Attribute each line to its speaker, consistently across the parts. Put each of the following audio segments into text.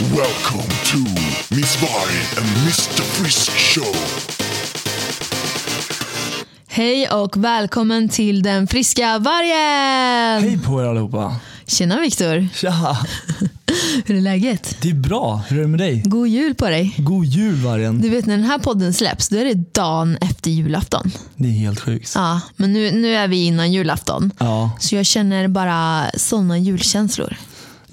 Speaker 1: Welcome to Miss Varg and Mr Frisk Show.
Speaker 2: Hej och välkommen till den friska vargen!
Speaker 3: Hej på er allihopa!
Speaker 2: Tjena Viktor,
Speaker 3: Tja!
Speaker 2: hur är läget?
Speaker 3: Det är bra, hur är det med dig?
Speaker 2: God jul på dig!
Speaker 3: God jul vargen!
Speaker 2: Du vet när den här podden släpps, då är det dagen efter julafton.
Speaker 3: Det är helt sjukt.
Speaker 2: Ja, men nu, nu är vi innan julafton.
Speaker 3: Ja.
Speaker 2: Så jag känner bara sådana julkänslor.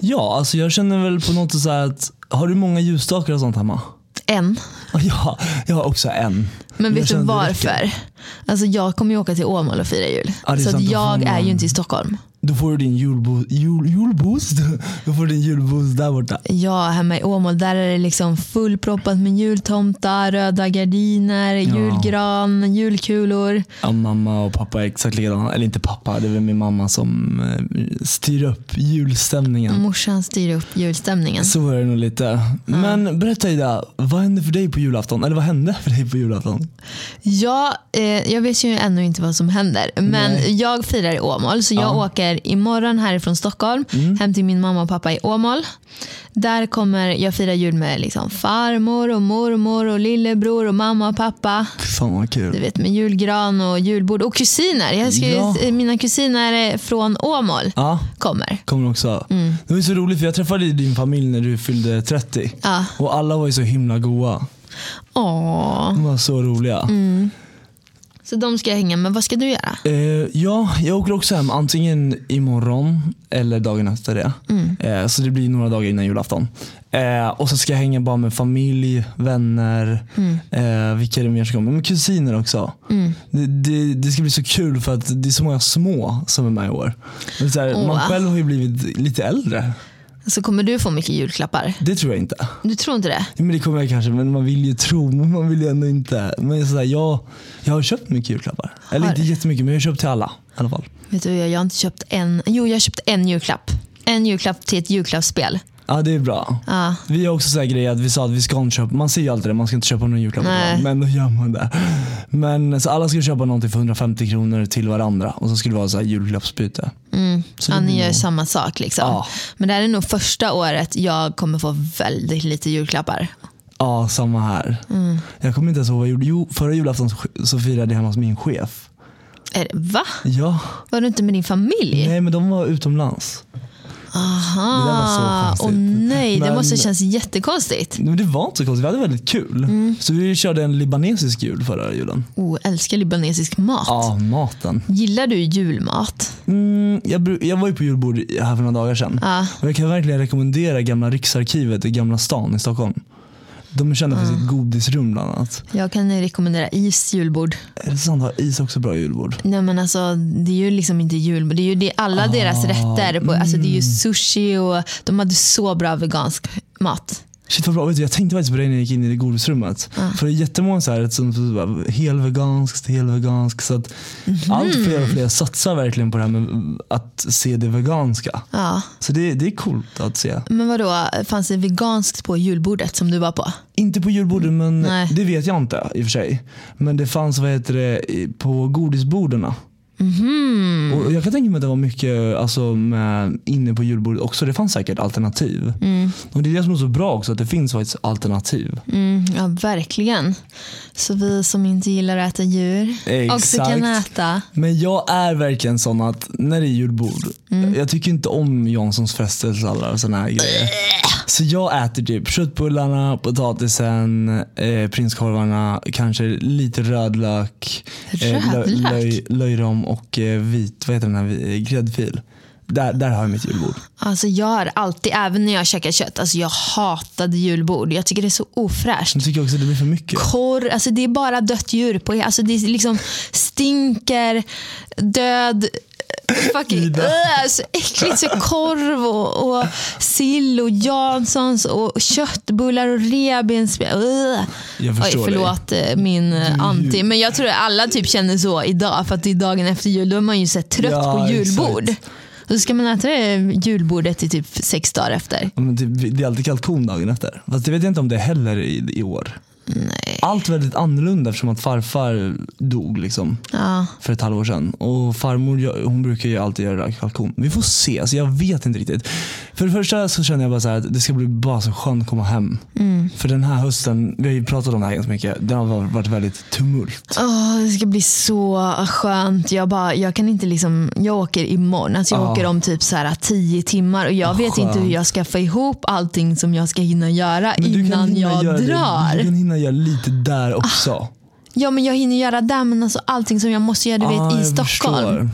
Speaker 3: ja, alltså jag känner väl på något sätt så här att, har du många ljusstakar och sånt hemma?
Speaker 2: En.
Speaker 3: Ja, jag har också en.
Speaker 2: Men
Speaker 3: Jag
Speaker 2: vet du
Speaker 3: känner att det räcker.
Speaker 2: varför? Alltså jag kommer ju åka till Åmål och fira jul.
Speaker 3: Ja, det är
Speaker 2: så att
Speaker 3: sant. Då får
Speaker 2: jag
Speaker 3: man-
Speaker 2: är ju inte i Stockholm.
Speaker 3: Då får du din julbo, jul, julboost. Då får du din julboost där borta.
Speaker 2: Ja, hemma i Åmål där är det liksom fullproppat med jultomtar, röda gardiner, julgran, julkulor.
Speaker 3: Ja, mamma och pappa är exakt likadana. Eller inte pappa, det är väl min mamma som eh, styr upp julstämningen.
Speaker 2: Morsan styr upp julstämningen.
Speaker 3: Mm. Så är det nog lite. Men berätta Ida, vad hände för dig på julafton? Eller vad hände för dig på julafton?
Speaker 2: Ja, eh, jag vet ju ännu inte vad som händer, men
Speaker 3: Nej.
Speaker 2: jag firar i Åmål. Så jag
Speaker 3: Ja. Mm.
Speaker 2: åker imorgon härifrån Stockholm hem till min mamma och pappa i Åmål. Där kommer jag fira jul med liksom farmor och mormor och lillebror och mamma och pappa.
Speaker 3: Fan vad kul.
Speaker 2: Du vet med julgran och julbord och kusiner. Jag ska ju,
Speaker 3: Ja.
Speaker 2: eh, Mina kusiner eh, från Åmål
Speaker 3: Ja,
Speaker 2: kommer.
Speaker 3: kommer också.
Speaker 2: Mm.
Speaker 3: Det var ju så roligt för jag träffade ju din familj när du fyllde 30.
Speaker 2: Ja.
Speaker 3: Och alla var ju så himla goa.
Speaker 2: Åh.
Speaker 3: De var så roliga.
Speaker 2: Mm. Så de ska jag hänga med. Vad ska du göra?
Speaker 3: Eh, ja, jag åker också hem antingen imorgon eller dagen efter det.
Speaker 2: Mm.
Speaker 3: Eh, så det blir några dagar innan julafton. Eh, och så ska jag hänga bara med familj, vänner,
Speaker 2: Mm.
Speaker 3: eh, vilka är det mer som kommer? Men kusiner också. Det, det, det ska bli så kul för att det är så många små som är med i år. Det är så här,
Speaker 2: Åh.
Speaker 3: Man själv har ju blivit lite äldre.
Speaker 2: Så kommer du få mycket julklappar?
Speaker 3: Det tror jag inte.
Speaker 2: Du tror inte det?
Speaker 3: Ja, Men det kommer jag kanske, men man vill ju tro, men man vill ju ändå inte. Men sådär, jag, jag har köpt mycket julklappar. Eller
Speaker 2: Har
Speaker 3: inte
Speaker 2: du?
Speaker 3: jättemycket, men jag har köpt till alla i alla fall.
Speaker 2: Vet du, jag jag har inte köpt en. Jo, jag har köpt en julklapp. En julklapp till ett julklappsspel.
Speaker 3: Ja, det är bra.
Speaker 2: Ja.
Speaker 3: Vi har också så här grejer att vi sa att vi ska inte köpa, man säger ju alltid det, man ska inte köpa någon julklapp.
Speaker 2: Nej.
Speaker 3: Men då gör man det. Men så alla skulle köpa någonting för 150 kronor till varandra och så skulle det vara så här julklappsbyte.
Speaker 2: Mm.
Speaker 3: Mm, Så det
Speaker 2: Ja, ni
Speaker 3: blir
Speaker 2: gör
Speaker 3: nog-
Speaker 2: samma sak. Liksom.
Speaker 3: Ja.
Speaker 2: Men det här är nog första året jag kommer få väldigt lite julklappar.
Speaker 3: Ja, samma här.
Speaker 2: Mm.
Speaker 3: Jag kommer inte ens ihåg vad jag gjorde. Jo, förra julafton så, så firade jag hemma hos min chef.
Speaker 2: Är det, va?
Speaker 3: Ja,
Speaker 2: Var du inte med din familj?
Speaker 3: nej men de var utomlands.
Speaker 2: Aha.
Speaker 3: Det där var så konstigt.
Speaker 2: Åh nej, det
Speaker 3: Men-
Speaker 2: måste kännas jättekonstigt.
Speaker 3: Men det var inte så konstigt, vi hade väldigt kul.
Speaker 2: Mm.
Speaker 3: Så vi körde en libanesisk jul förra julen.
Speaker 2: Oh, älskar libanesisk mat.
Speaker 3: Ja, maten.
Speaker 2: Gillar du julmat?
Speaker 3: Mm, jag, bru- jag var ju på julbord här för några dagar sedan.
Speaker 2: Ja.
Speaker 3: Och jag kan verkligen rekommendera gamla Riksarkivet i Gamla stan i Stockholm. De är kända för sitt godisrum bland annat.
Speaker 2: Jag kan rekommendera is julbord.
Speaker 3: Är det sant? Har is också bra julbord?
Speaker 2: Nej men alltså det är ju liksom inte jul, det är ju det, alla deras rätter. På, alltså, det är ju sushi och de hade så bra vegansk mat.
Speaker 3: Shit vad bra. Vet du, jag tänkte faktiskt på det när jag gick in i det godisrummet. För det är jättemånga så här, som så bara, helveganskt, helveganskt. Så att
Speaker 2: Mhm.
Speaker 3: allt fler och fler satsar verkligen på det här med att se det veganska.
Speaker 2: Ja.
Speaker 3: Så det, det är coolt att se.
Speaker 2: Men vadå, fanns det veganskt på julbordet som du var på?
Speaker 3: Inte på julbordet, men
Speaker 2: Nej.
Speaker 3: det vet jag inte i och för sig. Men det fanns vad heter det, i- på godisborden. Och jag kan tänka mig att det var mycket alltså, med, inne på julbordet också. Det fanns säkert alternativ. Och Det är det som är så bra också, att det finns faktiskt alternativ.
Speaker 2: Mm, ja, verkligen. Så vi som inte gillar att äta djur också
Speaker 3: Exakt.
Speaker 2: kan äta.
Speaker 3: Men jag är verkligen sån att när det är julbord, jag tycker inte om Janssons frestelseallar och såna här grejer. Så jag äter typ köttbullarna, potatisen, eh, prinskorvarna, kanske lite rödlök, eh,
Speaker 2: Rödlök?
Speaker 3: löj, löjrom och eh, vit, vad heter den här, vi- gräddfil. Där, där har jag mitt julbord.
Speaker 2: Alltså jag har alltid, även när jag käkar kött, alltså jag hatade julbord. Jag tycker det är så ofräscht.
Speaker 3: Jag tycker också att det blir för mycket.
Speaker 2: korv. Alltså det är bara dött djur. På, alltså det är liksom stinker, död, eh, fucking,
Speaker 3: Ida.
Speaker 2: Äh, så äckligt. Så korv och, och sill och Janssons och köttbullar och revbensspjäll. Äh.
Speaker 3: Jag förstår
Speaker 2: Oj,
Speaker 3: dig.
Speaker 2: förlåt eh, min eh, anti. Men jag tror att alla typ känner så idag. För att det är dagen efter jul. Då är man ju så här trött
Speaker 3: Ja,
Speaker 2: på julbord.
Speaker 3: exakt.
Speaker 2: Och så ska man äta det julbordet i typ sex dagar efter.
Speaker 3: Ja, Men typ, det är alltid kalkon dagen efter. Fast det vet jag inte om det är heller i, i år.
Speaker 2: Nej.
Speaker 3: Allt väldigt annorlunda eftersom att farfar dog liksom
Speaker 2: Ja.
Speaker 3: för ett halvår sedan. Och farmor gör- hon brukar ju alltid göra raggkalkon. Vi får se, så jag vet inte riktigt. För det första så känner jag bara så här att det ska bli bara så skönt att komma hem.
Speaker 2: Mm.
Speaker 3: För den här hösten, vi har ju pratat om det här ganska mycket, den har var- varit väldigt tumult.
Speaker 2: Åh, det ska bli så skönt. Jag, bara, jag kan inte liksom, jag åker imorgon. Alltså jag
Speaker 3: Ja.
Speaker 2: åker om typ så här tio timmar och jag
Speaker 3: Vad
Speaker 2: vet inte hur
Speaker 3: skönt.
Speaker 2: jag ska få ihop allting som jag ska hinna göra innan jag
Speaker 3: göra,
Speaker 2: drar. Ah.
Speaker 3: Du kan hinna göra lite där också.
Speaker 2: Ja men jag hinner göra det men alltså allting som jag måste göra du
Speaker 3: Ah,
Speaker 2: vet, i
Speaker 3: jag
Speaker 2: Stockholm.
Speaker 3: förstår.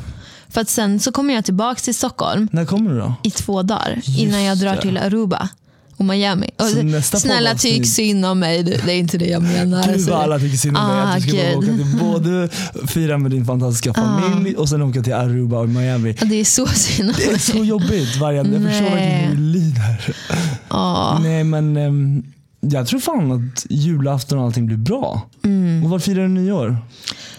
Speaker 2: För att sen så kommer jag tillbaka till Stockholm
Speaker 3: När kommer du då?
Speaker 2: i två dagar innan jag drar
Speaker 3: det.
Speaker 2: till Aruba och Miami. Och
Speaker 3: Så nästa
Speaker 2: snälla
Speaker 3: poddavsnitt-
Speaker 2: tyck synd om mig, det det är inte det jag menar.
Speaker 3: Gud
Speaker 2: Så-
Speaker 3: vad alla tycker synd om dig.
Speaker 2: Ah,
Speaker 3: att du ska behöva åka
Speaker 2: gud. Ah.
Speaker 3: till både fira med din fantastiska familj och sen åka till Aruba och Miami.
Speaker 2: Ja, Det är så synd om
Speaker 3: Det är så jobbigt Vargen. Jag förstår
Speaker 2: Nej. Ah.
Speaker 3: verkligen hur du lider.
Speaker 2: Ja.
Speaker 3: Nej men ehm, jag tror fan att julafton och allting blir bra.
Speaker 2: Mm.
Speaker 3: Och var firar du nyår?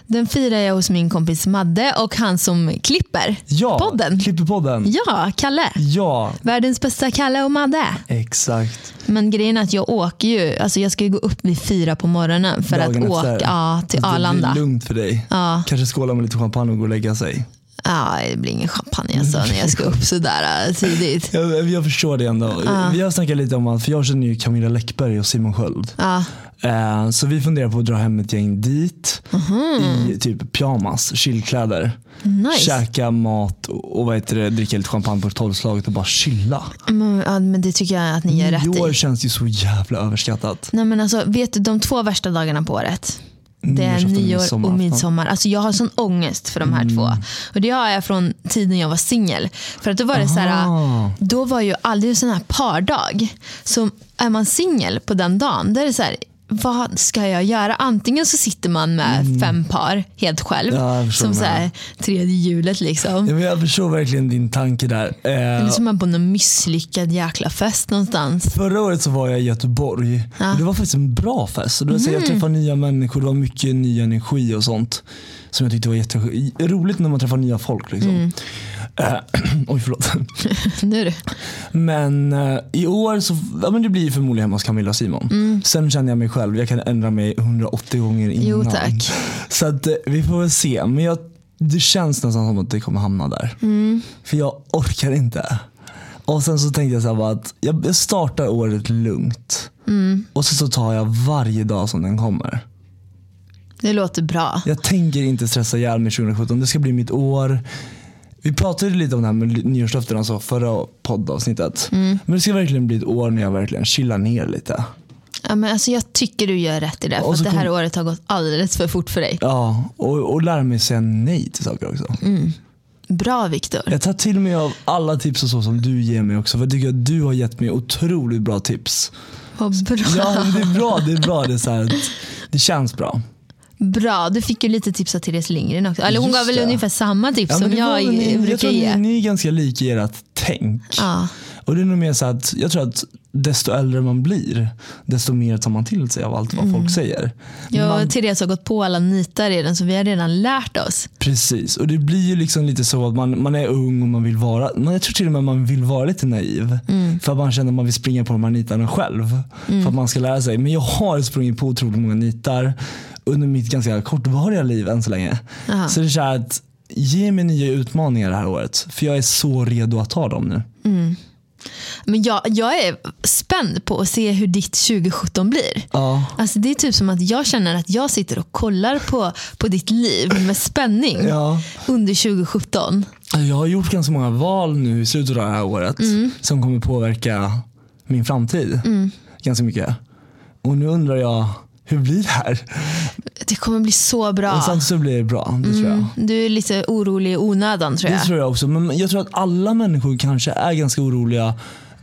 Speaker 2: Den firar jag hos min kompis Madde och han som klipper
Speaker 3: Ja,
Speaker 2: podden.
Speaker 3: Klipper podden.
Speaker 2: Ja, Kalle.
Speaker 3: Ja,
Speaker 2: Världens bästa Kalle och Madde.
Speaker 3: exakt.
Speaker 2: Men grejen är att jag åker ju, alltså jag ska ju gå upp vid fyra på morgonen för
Speaker 3: Dagen
Speaker 2: att
Speaker 3: efter.
Speaker 2: åka ja, till
Speaker 3: Det
Speaker 2: Arlanda. Ah.
Speaker 3: blir lugnt för dig.
Speaker 2: Ja.
Speaker 3: Kanske skåla med lite champagne och gå och lägga sig.
Speaker 2: Ja, det blir ingen champagne alltså, när jag ska upp sådär äh, tidigt.
Speaker 3: Jag, jag förstår det ändå.
Speaker 2: Ah.
Speaker 3: Vi har snackat lite om att, för jag känner ju Camilla Läckberg och Simon Sköld.
Speaker 2: Ja,
Speaker 3: Eh, Så vi funderar på att dra hem ett gäng dit i typ pyjamas, chillkläder.
Speaker 2: Mhm. nice.
Speaker 3: Käka mat och och vad heter det, dricka lite champagne på tolvslaget och bara chilla.
Speaker 2: Men, ja, men det tycker jag att ni gör rätt
Speaker 3: Nyår
Speaker 2: i.
Speaker 3: känns ju så jävla överskattat.
Speaker 2: Nej, men alltså, vet du, de två värsta dagarna på året, det är
Speaker 3: Nyårsafton och
Speaker 2: nyår och
Speaker 3: midsommarafton. Mm.
Speaker 2: midsommar. Alltså, jag har sån ångest för de här två. Och Det har jag från tiden jag var singel. För att då var det så här,
Speaker 3: Ah.
Speaker 2: då var ju aldrig en sån här pardag. Så är man singel på den dagen, då är det så här, vad ska jag göra? Antingen så sitter man med fem par helt själv,
Speaker 3: Mm. Ja, jag förstår
Speaker 2: som
Speaker 3: vad
Speaker 2: så
Speaker 3: du
Speaker 2: här, tredje hjulet liksom.
Speaker 3: Ja, men jag förstår verkligen din tanke där. Eh,
Speaker 2: Eller så är man på någon misslyckad jäkla fest någonstans.
Speaker 3: Förra året så var jag i Göteborg.
Speaker 2: Ja. Mhm.
Speaker 3: Och det var faktiskt en bra fest. Och det var så här, Jag träffade nya människor, det var mycket ny energi och sånt. Som jag tyckte var jätteroligt när man träffar nya folk. Liksom.
Speaker 2: Mm.
Speaker 3: Eh, oj, förlåt.
Speaker 2: Nu du.
Speaker 3: Men eh, i år så ja, men det blir ju förmodligen hemma hos Camilla och Simon. Sen känner jag mig själv, jag kan ändra mig 180 gånger innan.
Speaker 2: Mm. Jo, tack.
Speaker 3: Så att, eh, vi får väl se. Men jag, det känns nästan som att det kommer hamna där.
Speaker 2: Mm.
Speaker 3: För jag orkar inte. Och sen så tänkte jag så här bara att jag, jag startar året lugnt.
Speaker 2: Mm.
Speaker 3: Och så, så tar jag varje dag som den kommer.
Speaker 2: Det låter bra.
Speaker 3: Jag tänker inte stressa ihjäl mig 2017. Det ska bli mitt år. Vi pratade lite om det här med nyårslöften alltså förra poddavsnittet. Men det ska verkligen bli ett år när jag verkligen chillar ner lite.
Speaker 2: Ja, men alltså, jag tycker du gör rätt i det. För
Speaker 3: Och
Speaker 2: att
Speaker 3: så
Speaker 2: det här
Speaker 3: kom-
Speaker 2: året har gått alldeles för fort för dig.
Speaker 3: Ja, och, och lära mig säga nej till saker också.
Speaker 2: Bra Viktor.
Speaker 3: Jag tar till mig av alla tips och så som du ger mig också. För jag tycker att du har gett mig otroligt bra tips.
Speaker 2: Vad bra.
Speaker 3: Ja, men det är bra. Det är bra. Det, är så här, att det känns bra.
Speaker 2: Bra, du fick ju lite tips av Therese Lindgren också. Eller hon
Speaker 3: Just
Speaker 2: gav väl
Speaker 3: det.
Speaker 2: ungefär samma tips
Speaker 3: Ja, men
Speaker 2: som
Speaker 3: det var
Speaker 2: jag
Speaker 3: väl ni, jag
Speaker 2: brukar
Speaker 3: tror att ni,
Speaker 2: ge.
Speaker 3: ni är ganska lika i ert tänk.
Speaker 2: Ja.
Speaker 3: Och det är nog mer så att jag tror att desto äldre man blir, desto mer tar man till sig av allt vad
Speaker 2: Mm.
Speaker 3: folk säger.
Speaker 2: Jag
Speaker 3: Man,
Speaker 2: och Therese har gått på alla nitar redan så vi har redan lärt oss.
Speaker 3: precis, och det blir ju liksom lite så att man, man är ung och man vill vara, man, jag tror till och med man vill vara lite naiv.
Speaker 2: Mm.
Speaker 3: För att man känner att man vill springa på de här nitarna själv. För att man ska lära sig. Men jag har sprungit på otroligt många nitar under mitt ganska kortvariga liv än så länge.
Speaker 2: Aha.
Speaker 3: Så det är så här att ge mig nya utmaningar det här året. För jag är så redo att ta dem nu.
Speaker 2: Men jag, jag är spänd på att se hur ditt 2017 blir.
Speaker 3: Ja.
Speaker 2: Alltså det är typ som att jag känner att jag sitter och kollar på, på ditt liv med spänning
Speaker 3: Ja.
Speaker 2: under 2017.
Speaker 3: Jag har gjort ganska många val nu i slutet av det här året som kommer påverka min framtid ganska mycket. Och nu undrar jag, hur blir det här?
Speaker 2: Det kommer bli så bra.
Speaker 3: Men samtidigt så blir det bra, det tror jag.
Speaker 2: Mm, Du är lite orolig i onödan tror
Speaker 3: Det
Speaker 2: jag.
Speaker 3: tror jag också. Men jag tror att alla människor kanske är ganska oroliga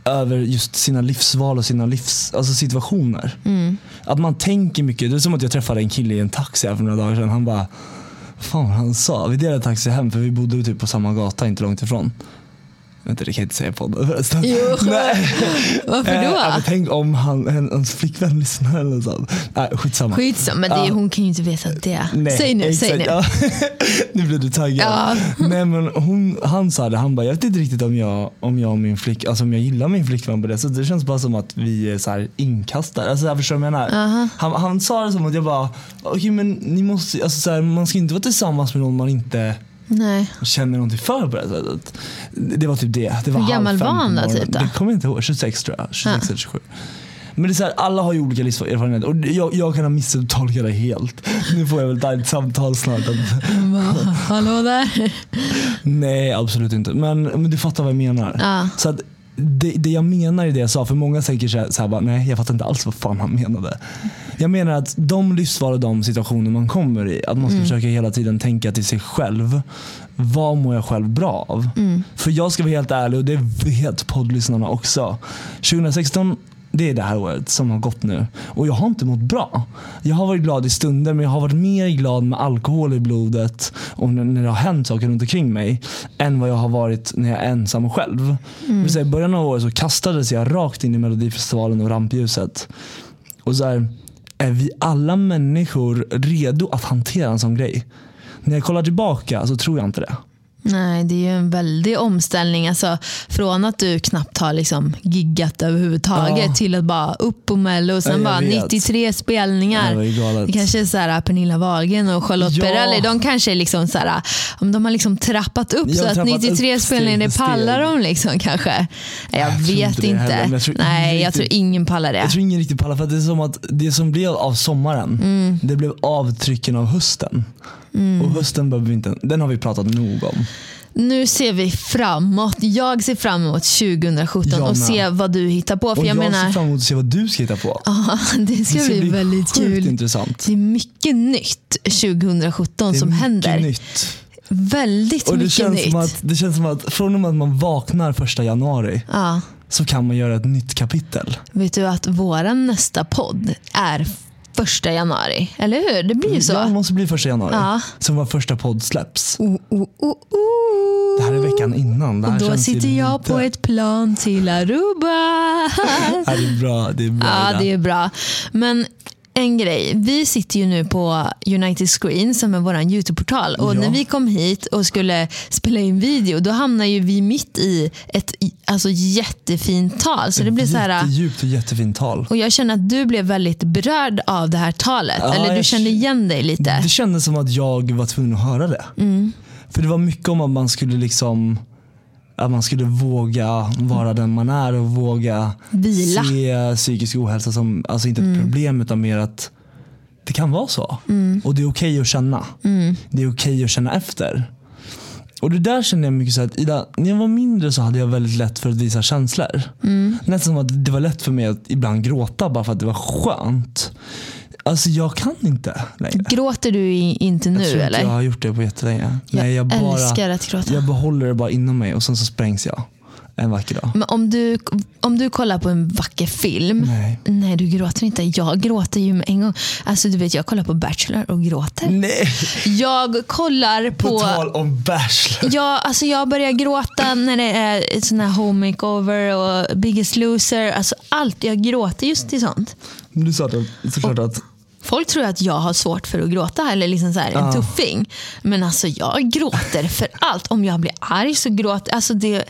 Speaker 3: över just sina livsval och sina livs, alltså situationer.
Speaker 2: Mm.
Speaker 3: Att man tänker mycket. Det är som att jag träffade en kille i en taxi här för några dagar sedan. Han bara, fan vad han sa. Vi delade taxi hem för vi bodde typ på samma gata inte långt ifrån. Vänta, det kan jag inte säga på podden förresten.
Speaker 2: Jo.
Speaker 3: Nej.
Speaker 2: Varför
Speaker 3: Eh,
Speaker 2: då?
Speaker 3: ja, men tänk om han, hen- hans flickvän lyssnar eller sånt. Nej, skitsamma.
Speaker 2: Skitsamma, men det, är- hon kan ju inte veta det.
Speaker 3: Nej,
Speaker 2: säg nu,
Speaker 3: exakt.
Speaker 2: säg nu.
Speaker 3: Ja. nu blev du taggad.
Speaker 2: Ja.
Speaker 3: Nej, men hon, han sa det, han bara, jag vet inte riktigt om jag, om jag, och min flick, alltså om jag gillar min flickvän på det sättet. Det känns bara som att vi är så här inkastare. Alltså, så här, förstår du vad jag menar? Han, han sa det som att jag bara, okej men ni måste, alltså, så här, man ska inte vara tillsammans med någon man inte
Speaker 2: Nej.
Speaker 3: känner någonting för på det sättet. Det det var typ det. det var
Speaker 2: Hur gammal
Speaker 3: halv fem
Speaker 2: var han
Speaker 3: på
Speaker 2: då,
Speaker 3: morgonen.
Speaker 2: typ, då?
Speaker 3: Det kommer jag inte ihåg. 26 tror jag. 26 eller 27. Men det är så här, alla har ju olika livserfarenheter och jag, jag kan ha missuttolkat det helt. Nu får jag väl ta ett samtal snart.
Speaker 2: Hon bara, Hallå där.
Speaker 3: Nej absolut inte. Men, men du fattar vad jag menar.
Speaker 2: Ja.
Speaker 3: Så att, det, det jag menar är det jag sa, för många tänker så här, så här bara, nej jag fattar inte alls vad fan han menade. Jag menar att de livsval och de situationer man kommer i, att man ska försöka hela tiden tänka till sig själv. Vad mår jag själv bra av? För jag ska vara helt ärlig och det vet poddlyssnarna också. 2016 det är det här året som har gått nu. Och jag har inte mått bra. Jag har varit glad i stunder men jag har varit mer glad med alkohol i blodet och n- när det har hänt saker runt omkring mig än vad jag har varit när jag är ensam och själv. Det vill säga, I början av året så kastades jag rakt in i melodifestivalen och rampljuset. Och så här, är vi alla människor redo att hantera en sån grej? När jag kollar tillbaka så tror jag inte det.
Speaker 2: Nej, det är ju en väldig omställning. Alltså, från att du knappt har liksom giggat överhuvudtaget
Speaker 3: Ja.
Speaker 2: till att bara upp på mello och sen
Speaker 3: jag
Speaker 2: bara
Speaker 3: vet.
Speaker 2: 93 spelningar.
Speaker 3: Det var ju galet.
Speaker 2: Det kanske är så här, äh, Pernilla Wahlgren och Charlotte
Speaker 3: Ja.
Speaker 2: Perrelli, de kanske är liksom så här, om de har liksom trappat upp
Speaker 3: Jag
Speaker 2: så
Speaker 3: har
Speaker 2: att
Speaker 3: trappat
Speaker 2: 93
Speaker 3: upp
Speaker 2: spelningar,
Speaker 3: steg
Speaker 2: det
Speaker 3: för
Speaker 2: pallar de
Speaker 3: steg.
Speaker 2: liksom kanske. Jag, jag
Speaker 3: tror
Speaker 2: vet
Speaker 3: inte det
Speaker 2: inte.
Speaker 3: heller, men jag tror
Speaker 2: Nej, jag tror
Speaker 3: riktigt-
Speaker 2: ingen pallar det.
Speaker 3: Jag tror ingen riktigt pallar för att det är som att det som blev av sommaren,
Speaker 2: Mm.
Speaker 3: det blev avtrycken av hösten. Och hösten behöver vi inte, den har vi pratat nog om.
Speaker 2: Nu ser vi framåt. Jag ser fram emot 2017
Speaker 3: Jag
Speaker 2: och
Speaker 3: med.
Speaker 2: se vad du hittar på. För
Speaker 3: Och jag,
Speaker 2: jag,
Speaker 3: ser
Speaker 2: menar,
Speaker 3: fram emot att se vad du ska hitta på.
Speaker 2: Ja, det ska
Speaker 3: det
Speaker 2: bli väldigt
Speaker 3: sjukt
Speaker 2: kul.
Speaker 3: intressant.
Speaker 2: Det är mycket nytt 2017
Speaker 3: Det är
Speaker 2: som
Speaker 3: mycket
Speaker 2: händer.
Speaker 3: nytt.
Speaker 2: Väldigt
Speaker 3: Och det
Speaker 2: mycket
Speaker 3: känns,
Speaker 2: nytt.
Speaker 3: som att, det känns som att från och med att man vaknar första januari
Speaker 2: Ja,
Speaker 3: så kan man göra ett nytt kapitel.
Speaker 2: vet du att våran nästa podd är första januari? Eller hur? Det blir ju så.
Speaker 3: Ja, det måste bli första januari.
Speaker 2: Ja.
Speaker 3: Som vår första podd släpps.
Speaker 2: Oh, oh, oh, oh.
Speaker 3: Det här är veckan innan. Det här
Speaker 2: Och då
Speaker 3: känns ju
Speaker 2: sitter jag
Speaker 3: lite-
Speaker 2: på ett plan till Aruba.
Speaker 3: Ja, det är bra. Det är bra
Speaker 2: Ja,
Speaker 3: Ida.
Speaker 2: det är bra. Men en grej. Vi sitter ju nu på United Screen som är vår YouTube-portal. Och
Speaker 3: Ja.
Speaker 2: när vi kom hit och skulle spela in video, då hamnar ju vi mitt i ett i- alltså, jättefint tal. Så det blir så här...
Speaker 3: Jättedjupt och jättefint tal.
Speaker 2: Och jag känner att du blev väldigt berörd av det här talet.
Speaker 3: Ja,
Speaker 2: Eller du
Speaker 3: jag
Speaker 2: kände igen dig lite. Mm.
Speaker 3: Det kändes som att jag var tvungen att höra det. För det var mycket om att man skulle liksom att man skulle våga vara den man är och våga
Speaker 2: Vila. Mm.
Speaker 3: se psykisk ohälsa som alltså inte ett problem utan mer att det kan vara så. Och det är okej att känna.
Speaker 2: Mm.
Speaker 3: Det är okej att känna efter. Och det där kände jag mycket så att Ida, när jag var mindre så hade jag väldigt lätt för att visa känslor.
Speaker 2: Mm.
Speaker 3: Nästan som att det var lätt för mig att ibland gråta bara för att det var skönt. Alltså jag kan inte längre.
Speaker 2: Gråter du i, inte nu
Speaker 3: jag tror
Speaker 2: eller?
Speaker 3: Inte jag har gjort det på jättelänge.
Speaker 2: Jag
Speaker 3: Nej, jag,
Speaker 2: älskar
Speaker 3: bara,
Speaker 2: att gråta.
Speaker 3: jag behåller det bara inom mig och sen så sprängs jag en vacker dag.
Speaker 2: Men om du, om du kollar på en vacker film.
Speaker 3: Nej.
Speaker 2: Nej, du gråter inte. Jag gråter ju med en gång. Alltså du vet, jag kollar på Bachelor och gråter.
Speaker 3: Nej,
Speaker 2: Jag kollar
Speaker 3: på,
Speaker 2: på...
Speaker 3: tal om Bachelor.
Speaker 2: Jag, alltså jag börjar gråta när det är sån här home makeover och Biggest loser. Alltså allt. Jag gråter just till sånt.
Speaker 3: Du sa det, såklart att
Speaker 2: Folk tror att jag har svårt för att gråta eller liksom så här, en
Speaker 3: Ja.
Speaker 2: tuffing. Men alltså jag gråter för allt. Om jag blir arg så gråter jag. Alltså det är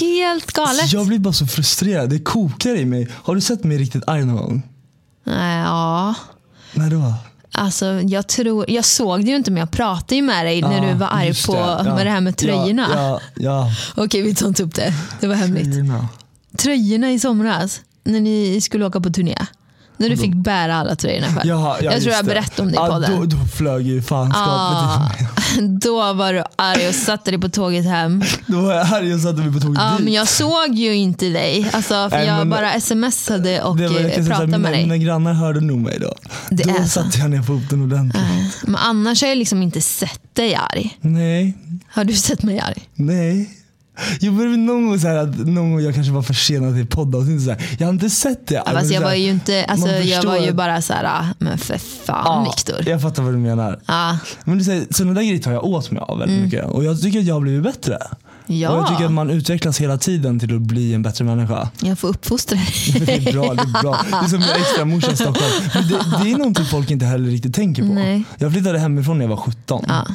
Speaker 2: helt galet.
Speaker 3: Alltså jag blir bara så frustrerad. Det kokar i mig. Har du sett mig riktigt arg någon gång?
Speaker 2: Nej, Ja.
Speaker 3: När då?
Speaker 2: Alltså, jag, tror, jag såg det ju inte men jag pratade ju med dig när du var arg
Speaker 3: Ah, just
Speaker 2: på det.
Speaker 3: Ja.
Speaker 2: Med det här med tröjorna.
Speaker 3: Ja, ja,
Speaker 2: Okej, vi tar inte upp det. Det var
Speaker 3: ja.
Speaker 2: hemligt.
Speaker 3: tröjorna.
Speaker 2: Tröjorna i somras, när ni skulle åka på turné. När du fick bära alla tröjorna själv.
Speaker 3: Ja, ja,
Speaker 2: jag tror
Speaker 3: just
Speaker 2: jag
Speaker 3: det.
Speaker 2: berättade om det i
Speaker 3: Ja,
Speaker 2: podden.
Speaker 3: Då, då flög ju
Speaker 2: Ah,
Speaker 3: fanskapet i mig.
Speaker 2: då var du arg och satte dig på tåget hem.
Speaker 3: Då var jag arg och satte mig på tåget
Speaker 2: Ja,
Speaker 3: dit.
Speaker 2: men jag såg ju inte dig. Alltså, för
Speaker 3: Nej,
Speaker 2: jag
Speaker 3: men-
Speaker 2: bara smsade och
Speaker 3: Det var- jag kan
Speaker 2: eh,
Speaker 3: säga så här,
Speaker 2: pratade
Speaker 3: mina,
Speaker 2: med dig.
Speaker 3: mina grannar hörde nog mig då.
Speaker 2: Det
Speaker 3: då
Speaker 2: är så.
Speaker 3: satte jag ner foten ordentligt.
Speaker 2: Men annars har jag liksom inte sett dig arg.
Speaker 3: Nej,
Speaker 2: Har du sett mig arg?
Speaker 3: nej. Jo men det var någon gång så här att någon gång jag kanske var försenad till poddavsnitt. Så här, jag har inte sett det.
Speaker 2: Ja,
Speaker 3: Men
Speaker 2: Fast
Speaker 3: så
Speaker 2: jag
Speaker 3: här,
Speaker 2: var ju inte, alltså,
Speaker 3: man
Speaker 2: jag
Speaker 3: förstår
Speaker 2: var ju
Speaker 3: att-
Speaker 2: bara så här, ah, men för fan
Speaker 3: Ja,
Speaker 2: Viktor. Ah,
Speaker 3: Jag fattar vad du menar.
Speaker 2: Ja, Mm.
Speaker 3: Men du säger, sådana där grejer tar jag åt mig av väldigt mycket. Och jag tycker att jag har blivit bättre.
Speaker 2: Ja.
Speaker 3: Och jag tycker att man utvecklas hela tiden till att bli en bättre människa.
Speaker 2: Jag får uppfostra dig.
Speaker 3: Det är bra, det är bra. Det är som extra morsan i Stockholm. Men det, det är någonting folk inte heller riktigt tänker på.
Speaker 2: Nej.
Speaker 3: Jag flyttade hemifrån när jag var 17.
Speaker 2: Ja.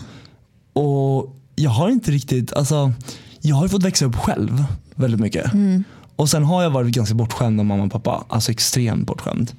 Speaker 3: Och jag har inte riktigt, alltså jag har ju fått växa upp själv väldigt mycket.
Speaker 2: Mm.
Speaker 3: Och sen har jag varit ganska bortskämd av mamma och pappa. Alltså extremt bortskämd.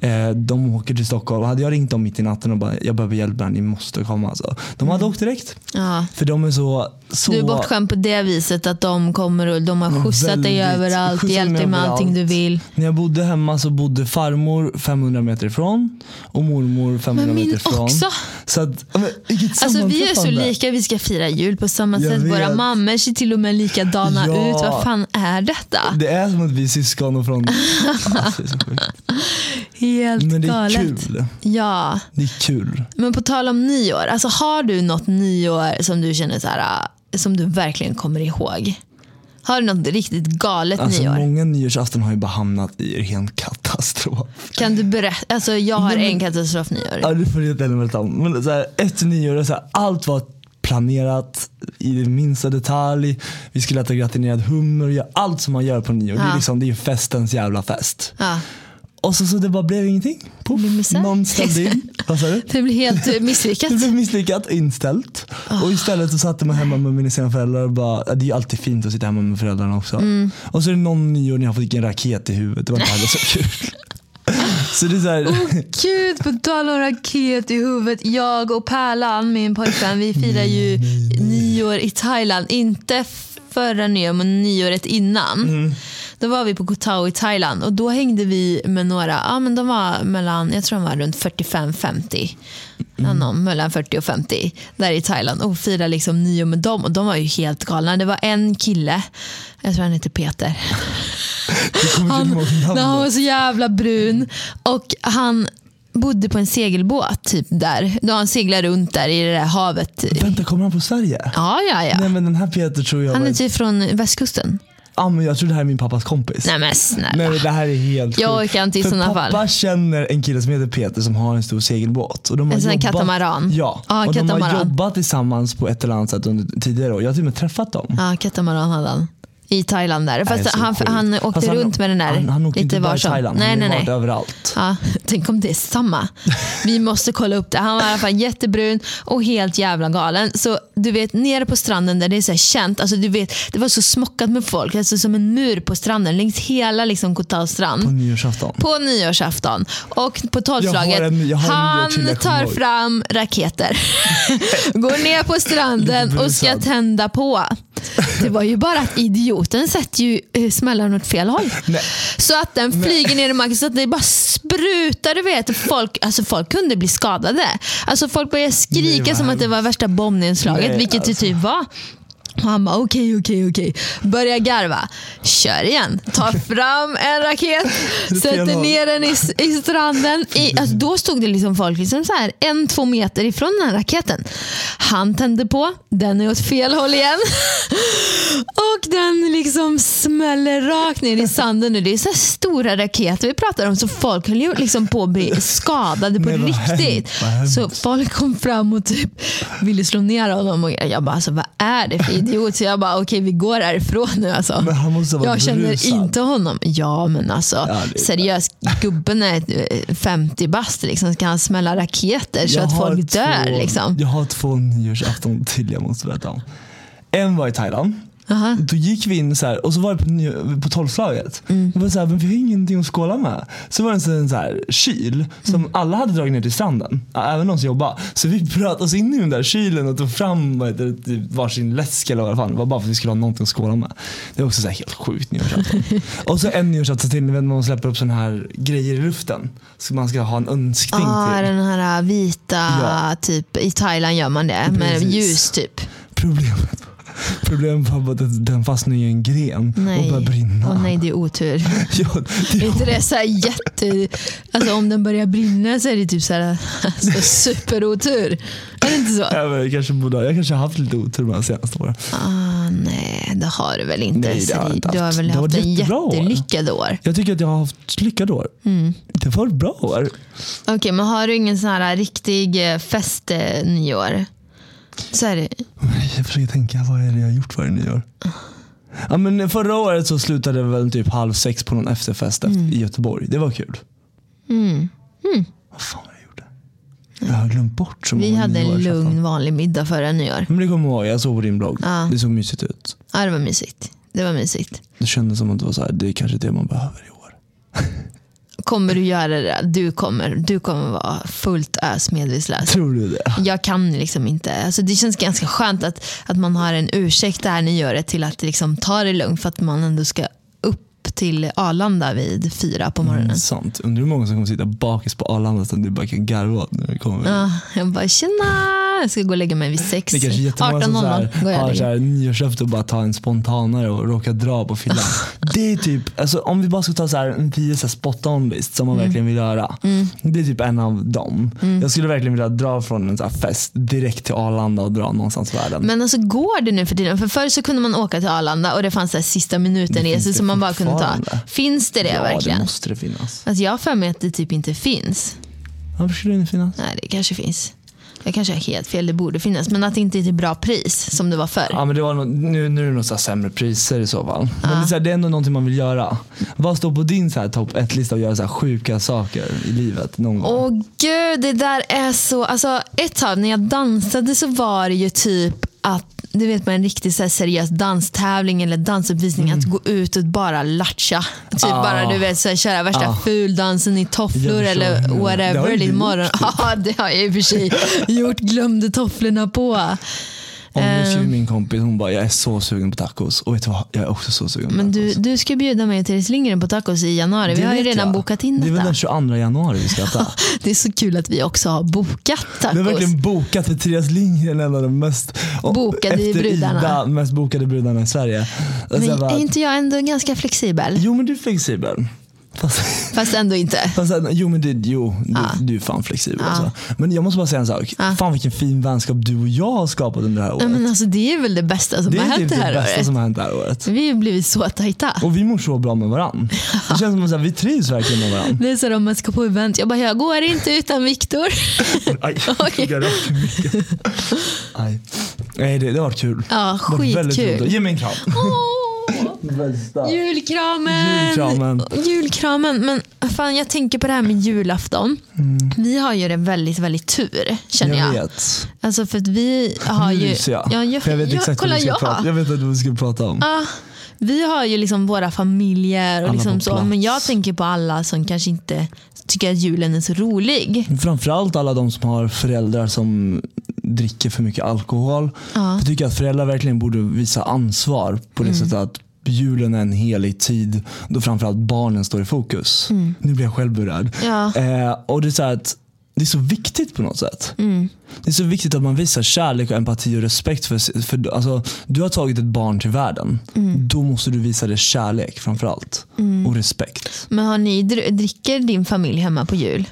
Speaker 3: Eh, de åker till Stockholm. Hade jag ringt dem mitt i natten och bara jag behöver hjälp med det här, ni måste komma. Alltså. De hade åkt direkt.
Speaker 2: Mm. Ja.
Speaker 3: För de är så... så
Speaker 2: Du är bortskämd på det viset att de kommer och de har skjutsat dig
Speaker 3: Mm, väldigt-
Speaker 2: överallt,
Speaker 3: skjutsat
Speaker 2: hjälpt
Speaker 3: mig
Speaker 2: dig med allting du
Speaker 3: överallt.
Speaker 2: vill.
Speaker 3: När jag bodde hemma så bodde farmor 500 meter ifrån och mormor 500
Speaker 2: Men min
Speaker 3: meter ifrån.
Speaker 2: också.
Speaker 3: Så att, men, vilket
Speaker 2: Alltså vi är så
Speaker 3: sammanträffande.
Speaker 2: lika, vi ska fira jul på samma
Speaker 3: Jag
Speaker 2: sätt. Våra
Speaker 3: vet.
Speaker 2: mammor ser till och med likadana
Speaker 3: Ja.
Speaker 2: ut. Vad fan är detta?
Speaker 3: Det är som att vi är syskon och från... Alltså, det är så sjukt.
Speaker 2: Helt
Speaker 3: Men det är
Speaker 2: galet.
Speaker 3: kul.
Speaker 2: Ja,
Speaker 3: Det är kul.
Speaker 2: men på tal om nyår. Alltså har du något nyår som du känner så här, ah, som du verkligen kommer ihåg? Har du något riktigt galet
Speaker 3: Alltså,
Speaker 2: nyår?
Speaker 3: många nyårsafton har ju bara hamnat i ren katastrof.
Speaker 2: Kan du berätta? Alltså jag har en katastrof nyår.
Speaker 3: Ja, det får du inte heller berätta om. Men så här, efter nyår, så här, allt var planerat i den minsta detalj. Vi skulle äta gratinerad hummer och göra allt som man gör på nyår. Det,
Speaker 2: Ja.
Speaker 3: är liksom, det är ju festens jävla fest.
Speaker 2: Ja.
Speaker 3: Och så, så det bara blev ingenting. Puff,
Speaker 2: blev misär.
Speaker 3: någon ställde in. Vad sa du?
Speaker 2: Det blir helt eh, misslyckat.
Speaker 3: Det blev misslyckat och inställt.
Speaker 2: Ah.
Speaker 3: Och istället så satte man hemma med mina sina föräldrar och bara, ja, det är ju alltid fint att sitta hemma med föräldrarna också.
Speaker 2: Mm.
Speaker 3: Och så är det någon nyår när jag fick en raket i huvudet. Det var inte heller så kul. Så det är så här,
Speaker 2: Oh, Gud, på tal om raket i huvudet. Jag och Pärlan, min pojkvän, vi firar ju nyår i Thailand. Inte förra nyår, men nyåret innan. Då var vi på Koh Tao i Thailand och då hängde vi med några, ja men de var mellan, jag tror de var runt 45-50. Ja, någon mellan 40 och 50 där i Thailand och firade liksom nyår med dem och de var ju helt galna. Det var en kille, jag tror han heter Peter.
Speaker 3: det kommer
Speaker 2: Han,
Speaker 3: till många
Speaker 2: nej, han
Speaker 3: namn.
Speaker 2: var så jävla brun. Och han bodde på en segelbåt typ där. Då han seglar runt där i det där havet.
Speaker 3: Vänta, kommer han från Sverige?
Speaker 2: Ja, ja, ja.
Speaker 3: Nej men den här Peter tror jag
Speaker 2: Han är
Speaker 3: var...
Speaker 2: typ från västkusten.
Speaker 3: Ja men jag tror det här är min pappas kompis.
Speaker 2: Nej men
Speaker 3: Nej
Speaker 2: snälla.
Speaker 3: men det här är helt
Speaker 2: Jag
Speaker 3: sjukt.
Speaker 2: orkar inte i
Speaker 3: För
Speaker 2: sådana fall.
Speaker 3: Pappa känner en kille som heter Peter som har en stor segelbåt. Och de har
Speaker 2: En sån här
Speaker 3: jobbat-
Speaker 2: katamaran.
Speaker 3: Ja,
Speaker 2: Ja,
Speaker 3: och de har
Speaker 2: katamaran.
Speaker 3: jobbat tillsammans på ett eller annat sätt under tidigare år. Jag har till och med träffat dem.
Speaker 2: Ja, katamaran hade han. I Thailand där.
Speaker 3: Nej,
Speaker 2: Fast
Speaker 3: så
Speaker 2: han,
Speaker 3: sjukt.
Speaker 2: han åkte
Speaker 3: Fast
Speaker 2: runt med den där
Speaker 3: Han, han åkte
Speaker 2: lite
Speaker 3: inte bara
Speaker 2: var
Speaker 3: i
Speaker 2: som.
Speaker 3: Thailand,
Speaker 2: Nej,
Speaker 3: han
Speaker 2: nej,
Speaker 3: har varit
Speaker 2: nej.
Speaker 3: överallt.
Speaker 2: Ja, tänk om det är samma. Vi måste kolla upp det. Han var i alla fall jättebrun och helt jävla galen. Så du vet, nere på stranden där det är så här känt, alltså du vet, det var så smockat med folk, alltså som en mur på stranden längs hela liksom Koh Tao strand.
Speaker 3: På nyårsafton.
Speaker 2: På nyårsafton. Och på
Speaker 3: Jag har
Speaker 2: tolvslaget,
Speaker 3: en- jag har en nyår till
Speaker 2: han
Speaker 3: jag kommer
Speaker 2: tar
Speaker 3: ihåg.
Speaker 2: fram raketer. Går ner på stranden
Speaker 3: Lite
Speaker 2: och ska
Speaker 3: brusad.
Speaker 2: tända på. Det var ju bara att idioten sätter ju eh, smällaren åt fel håll.
Speaker 3: Nej.
Speaker 2: Så att den flyger ner i marken så att det bara sprutar. Du vet. Folk, alltså folk kunde bli skadade. Alltså folk började
Speaker 3: Nej,
Speaker 2: skrika
Speaker 3: vad
Speaker 2: som att det var värsta bombnedslaget,
Speaker 3: Nej, alltså.
Speaker 2: vilket det typ var. Och han bara okej, okej, okej. Börjar garva. Kör igen. Tar fram en raket. sätter
Speaker 3: håll.
Speaker 2: ner den i, i stranden. I, alltså, då stod det liksom folk liksom så här, en, två meter ifrån den här raketen. Han tände på. Den är åt fel håll igen. Och den liksom smäller rakt ner i sanden. Och det är så här stora raketer vi pratar om. Så folk höll ju liksom på att bli skadade på
Speaker 3: Nej, vad
Speaker 2: riktigt.
Speaker 3: hemskt, vad hemskt.
Speaker 2: Så folk kom fram och typ ville slå ner honom. Och jag bara, alltså, vad är det för idiot? Så jag bara, okej vi går härifrån nu alltså.
Speaker 3: Men han måste ha varit
Speaker 2: Jag känner
Speaker 3: berusad.
Speaker 2: inte honom. Ja men alltså,
Speaker 3: det är
Speaker 2: seriöst. Gubben är eh, 50 bast. Liksom. Ska han smälla raketer så
Speaker 3: Jag
Speaker 2: att
Speaker 3: har
Speaker 2: folk dör?
Speaker 3: två,
Speaker 2: Liksom.
Speaker 3: Jag har två nyårsafton till jag måste berätta om. En var i Thailand.
Speaker 2: Aha.
Speaker 3: Då gick vi in så här, och så var det på, ny- på tolvslaget.
Speaker 2: Mm.
Speaker 3: Det var så här, men vi har ingenting att skåla med. Så var det en sån så här kyl som
Speaker 2: Mm.
Speaker 3: alla hade dragit ner till stranden. Ja, Även de som jobbade. Så vi bröt oss in i den där kylen och tog fram vad heter det, typ varsin läsk eller vad fan. Det var bara för att vi skulle ha någonting att skåla med. Det var också så här helt sjukt nyårsafton. och så en nyårsafton till, ni vet när man släpper upp sådana här grejer i luften. Så man ska ha en önskning till.
Speaker 2: Ah, den här vita,
Speaker 3: Ja.
Speaker 2: typ, i Thailand gör man det, med
Speaker 3: Precis.
Speaker 2: ljus typ.
Speaker 3: Problemet, problemet var bara att den fastnade i en gren och
Speaker 2: Nej.
Speaker 3: började brinna.
Speaker 2: Åh nej, det är otur.
Speaker 3: Ja,
Speaker 2: Är
Speaker 3: det,
Speaker 2: inte det så här jätte... Alltså om den börjar brinna så är det typ så här, alltså, superotur. Är det inte så?
Speaker 3: jag, jag, kanske borde, ha- jag kanske har haft lite otur de här senaste åren.
Speaker 2: Ah, nej, det har du väl inte.
Speaker 3: Nej, det har jag inte
Speaker 2: du har
Speaker 3: haft.
Speaker 2: väl
Speaker 3: Det har
Speaker 2: haft
Speaker 3: varit
Speaker 2: en
Speaker 3: jättebra år.
Speaker 2: jättelyckad år.
Speaker 3: Jag tycker att jag har haft lyckade år.
Speaker 2: Mm.
Speaker 3: Det var ett bra år.
Speaker 2: Okej, men har du ingen sån här riktig eh, fest eh, nyår? Så är det.
Speaker 3: Jag försöker tänka, vad är det jag har gjort varje nyår? Ja, men förra året så slutade det väl typ halv sex på någon efterfest efter-
Speaker 2: Mm.
Speaker 3: i Göteborg. Det var kul. Vad fan var det jag gjorde? Jag har glömt bort så många
Speaker 2: Vi hade en
Speaker 3: nyårsafton.
Speaker 2: lugn vanlig middag förra nyår.
Speaker 3: Men det kommer jag ihåg, jag såg på din blogg.
Speaker 2: Ja.
Speaker 3: Det såg mysigt ut.
Speaker 2: Ja, det var mysigt. Det var mysigt.
Speaker 3: Det kändes som att det var så här, det är kanske det man behöver i år.
Speaker 2: Kommer du göra det? där? Du kommer, du kommer vara fullt ös medvetslös.
Speaker 3: Tror du det?
Speaker 2: Jag kan liksom inte. Alltså det känns ganska skönt att, att man har en ursäkt det här nyåret till att liksom ta det lugnt för att man ändå ska upp till Arlanda vid fyra på morgonen.
Speaker 3: Sant. Undrar hur många som kommer sitta bakis på Arlanda så att du bara kan garva åt när du kommer.
Speaker 2: Ja, jag bara tjena, jag ska gå och lägga mig vid sex.
Speaker 3: Det är kanske är jättemånga som så här,
Speaker 2: går jag och
Speaker 3: har
Speaker 2: lägger
Speaker 3: så
Speaker 2: mig.
Speaker 3: här, nyårsafton och bara tar en spontanare och råkar dra på fyllan. det är typ, alltså, om vi bara ska ta så här, en tio så här spot on list som man
Speaker 2: Mm.
Speaker 3: verkligen vill göra. Det är typ en av dem. Jag skulle verkligen vilja dra från en så här fest direkt till Arlanda och dra någonstans i världen.
Speaker 2: Men alltså går det nu för tiden? För förr så kunde man åka till Arlanda och det fanns så här sista minuten
Speaker 3: Det finns
Speaker 2: resor
Speaker 3: det
Speaker 2: som man bara kunde ta.
Speaker 3: fortfarande.
Speaker 2: Finns det det
Speaker 3: ja,
Speaker 2: verkligen?
Speaker 3: det måste det finnas.
Speaker 2: Alltså jag har för mig att det typ inte finns.
Speaker 3: Varför skulle det inte finnas?
Speaker 2: Nej, det kanske finns. Jag kanske har helt fel, det borde finnas. Men att det inte är till bra pris som det var förr.
Speaker 3: Ja, men det var nog, nu, nu är det nog så här sämre priser i så fall. Men det, är så här, det är ändå någonting man vill göra. Vad står på din så här topp ett-lista och göra så här sjuka saker i livet någon gång?
Speaker 2: Åh gud, det där är så... Alltså, ett tag när jag dansade så var det ju typ att du vet på en riktigt så här seriös danstävling eller dansuppvisning att gå ut och bara latcha. Typ
Speaker 3: Mm. Ah.
Speaker 2: bara du vet så här, köra värsta
Speaker 3: Ah.
Speaker 2: fuldansen i
Speaker 3: Jag
Speaker 2: tofflor
Speaker 3: förstår vad
Speaker 2: eller
Speaker 3: du menar. Det har
Speaker 2: whatever.
Speaker 3: ju
Speaker 2: Det
Speaker 3: du
Speaker 2: morgon.
Speaker 3: gjort, typ.
Speaker 2: Ja, det har jag i och för sig gjort. Glömde tofflorna på.
Speaker 3: Om
Speaker 2: ehm,
Speaker 3: nu skriver min kompis, hon bara jag är så sugen på tacos. Och vet du vad, jag är också så sugen på
Speaker 2: Men du,
Speaker 3: tacos.
Speaker 2: du ska bjuda mig och Therese Lindgren på tacos i januari. Vi
Speaker 3: Det
Speaker 2: har ju
Speaker 3: vet
Speaker 2: redan
Speaker 3: jag.
Speaker 2: bokat in
Speaker 3: Det är väl
Speaker 2: detta.
Speaker 3: den 22 januari vi ska äta.
Speaker 2: Det är så kul att vi också har bokat
Speaker 3: Vi har
Speaker 2: tacos.
Speaker 3: verkligen bokat för Therese Lindgren, en av de mest och
Speaker 2: Bokade
Speaker 3: efter
Speaker 2: brudarna.
Speaker 3: Ida, mest bokade brudarna i Sverige. Alltså, jag
Speaker 2: Men
Speaker 3: bara,
Speaker 2: är inte jag ändå ganska flexibel?
Speaker 3: Jo men du är flexibel. Fast,
Speaker 2: Fast ändå inte.
Speaker 3: Fast sen, jo men det, jo, du,
Speaker 2: Ja.
Speaker 3: du är fan flexibel.
Speaker 2: Ja.
Speaker 3: Alltså. Men jag måste bara säga en sak.
Speaker 2: Ja.
Speaker 3: Fan vilken fin vänskap du och jag har skapat under det här året.
Speaker 2: Nej, Ah. men alltså, det är väl det bästa som
Speaker 3: det
Speaker 2: har
Speaker 3: är
Speaker 2: hänt det
Speaker 3: typ
Speaker 2: här
Speaker 3: det bästa
Speaker 2: året.
Speaker 3: som har hänt det här året.
Speaker 2: Vi har blivit så tajta.
Speaker 3: Och vi mår så bra med varandra. Det känns som att vi trivs verkligen med varandra.
Speaker 2: Det är så här om man ska på event. Jag bara, jag går inte utan Viktor.
Speaker 3: Aj, jag tog jag rakt i micken. Aj. Nej, det, det har varit kul.
Speaker 2: Ja,
Speaker 3: Det har varit väldigt roligt.
Speaker 2: skitkul.
Speaker 3: Ge mig en kram.
Speaker 2: Åh,
Speaker 3: Bästa.
Speaker 2: Julkramen!
Speaker 3: Julkramen.
Speaker 2: Julkramen. Men fan, jag tänker på det här med julafton. Vi har ju det väldigt, väldigt tur, känner jag.
Speaker 3: Mm. Jag vet.
Speaker 2: Alltså för att vi har
Speaker 3: Nu
Speaker 2: ju...
Speaker 3: ryser jag.
Speaker 2: Ja, jag,
Speaker 3: För jag vet
Speaker 2: jag-
Speaker 3: exakt
Speaker 2: kolla
Speaker 3: vad du ska
Speaker 2: jag.
Speaker 3: prata Jag vet att du ska prata om.
Speaker 2: Ja, vi har ju liksom våra familjer och
Speaker 3: Alla
Speaker 2: liksom
Speaker 3: på
Speaker 2: så,
Speaker 3: plats.
Speaker 2: men jag tänker på alla som kanske inte tycker att julen är så rolig.
Speaker 3: Framförallt alla de som har föräldrar som dricker för mycket alkohol. Jag tycker att föräldrar verkligen borde visa ansvar på det sättet att julen är en helig tid då framförallt barnen står i fokus. Nu blir jag själv berörd.
Speaker 2: Ja.
Speaker 3: Eh, och det är så här att det är så viktigt på något sätt. Det är så viktigt att man visar kärlek, och empati och respekt. för, för alltså, Du har tagit ett barn till världen. Då måste du visa det kärlek framförallt. Och respekt.
Speaker 2: Men har ni, dr- dricker din familj hemma på jul?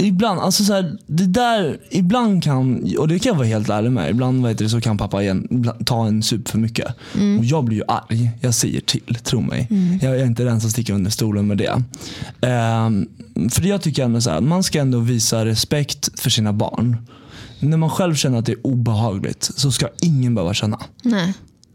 Speaker 3: Ibland, alltså så här, det där, ibland kan, och det kan jag vara helt ärlig med, ibland vad heter det, så kan pappa igen, ibland ta en sup för mycket.
Speaker 2: Mm.
Speaker 3: Och jag blir ju arg, jag säger till, tro mig. Jag, jag är inte den som sticker under stolen med det. Ehm, för jag tycker ändå så här, man ska ändå visa respekt för sina barn. När man själv känner att det är obehagligt så ska ingen behöva känna.
Speaker 2: Nej.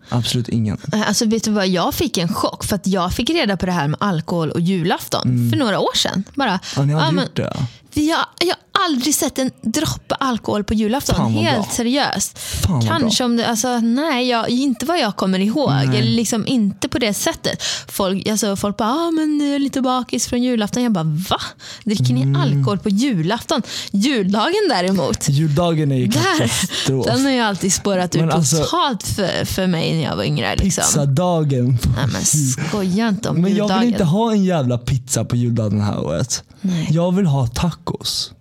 Speaker 3: Absolut ingen.
Speaker 2: Eh, Alltså vet du vad, jag fick en chock för att jag fick reda på det här med alkohol och julafton för några år sedan. Bara,
Speaker 3: Har Mm. ni
Speaker 2: ja,
Speaker 3: aldrig
Speaker 2: men-
Speaker 3: gjort det?
Speaker 2: Vi har, jag har aldrig sett en droppe alkohol på julafton.
Speaker 3: Fan, vad
Speaker 2: Helt
Speaker 3: bra.
Speaker 2: seriöst.
Speaker 3: Fan, vad
Speaker 2: Kanske om det, alltså, nej, jag, inte vad jag kommer ihåg.
Speaker 3: Nej.
Speaker 2: Eller liksom inte på det sättet. Folk, alltså, folk bara, ah, men jag är lite bakis från julafton. Jag bara, va? Dricker
Speaker 3: Mm.
Speaker 2: ni alkohol på julafton? Juldagen däremot.
Speaker 3: Juldagen är ju
Speaker 2: Där,
Speaker 3: katastrof.
Speaker 2: den har ju alltid spårat ur
Speaker 3: Men alltså-
Speaker 2: totalt för, för mig när jag var yngre. Liksom.
Speaker 3: Pizzadagen.
Speaker 2: Nej, men skoja inte om
Speaker 3: Men jag
Speaker 2: juldagen.
Speaker 3: vill inte ha en jävla pizza på juldagen det här året.
Speaker 2: Nej.
Speaker 3: Jag vill ha tacos.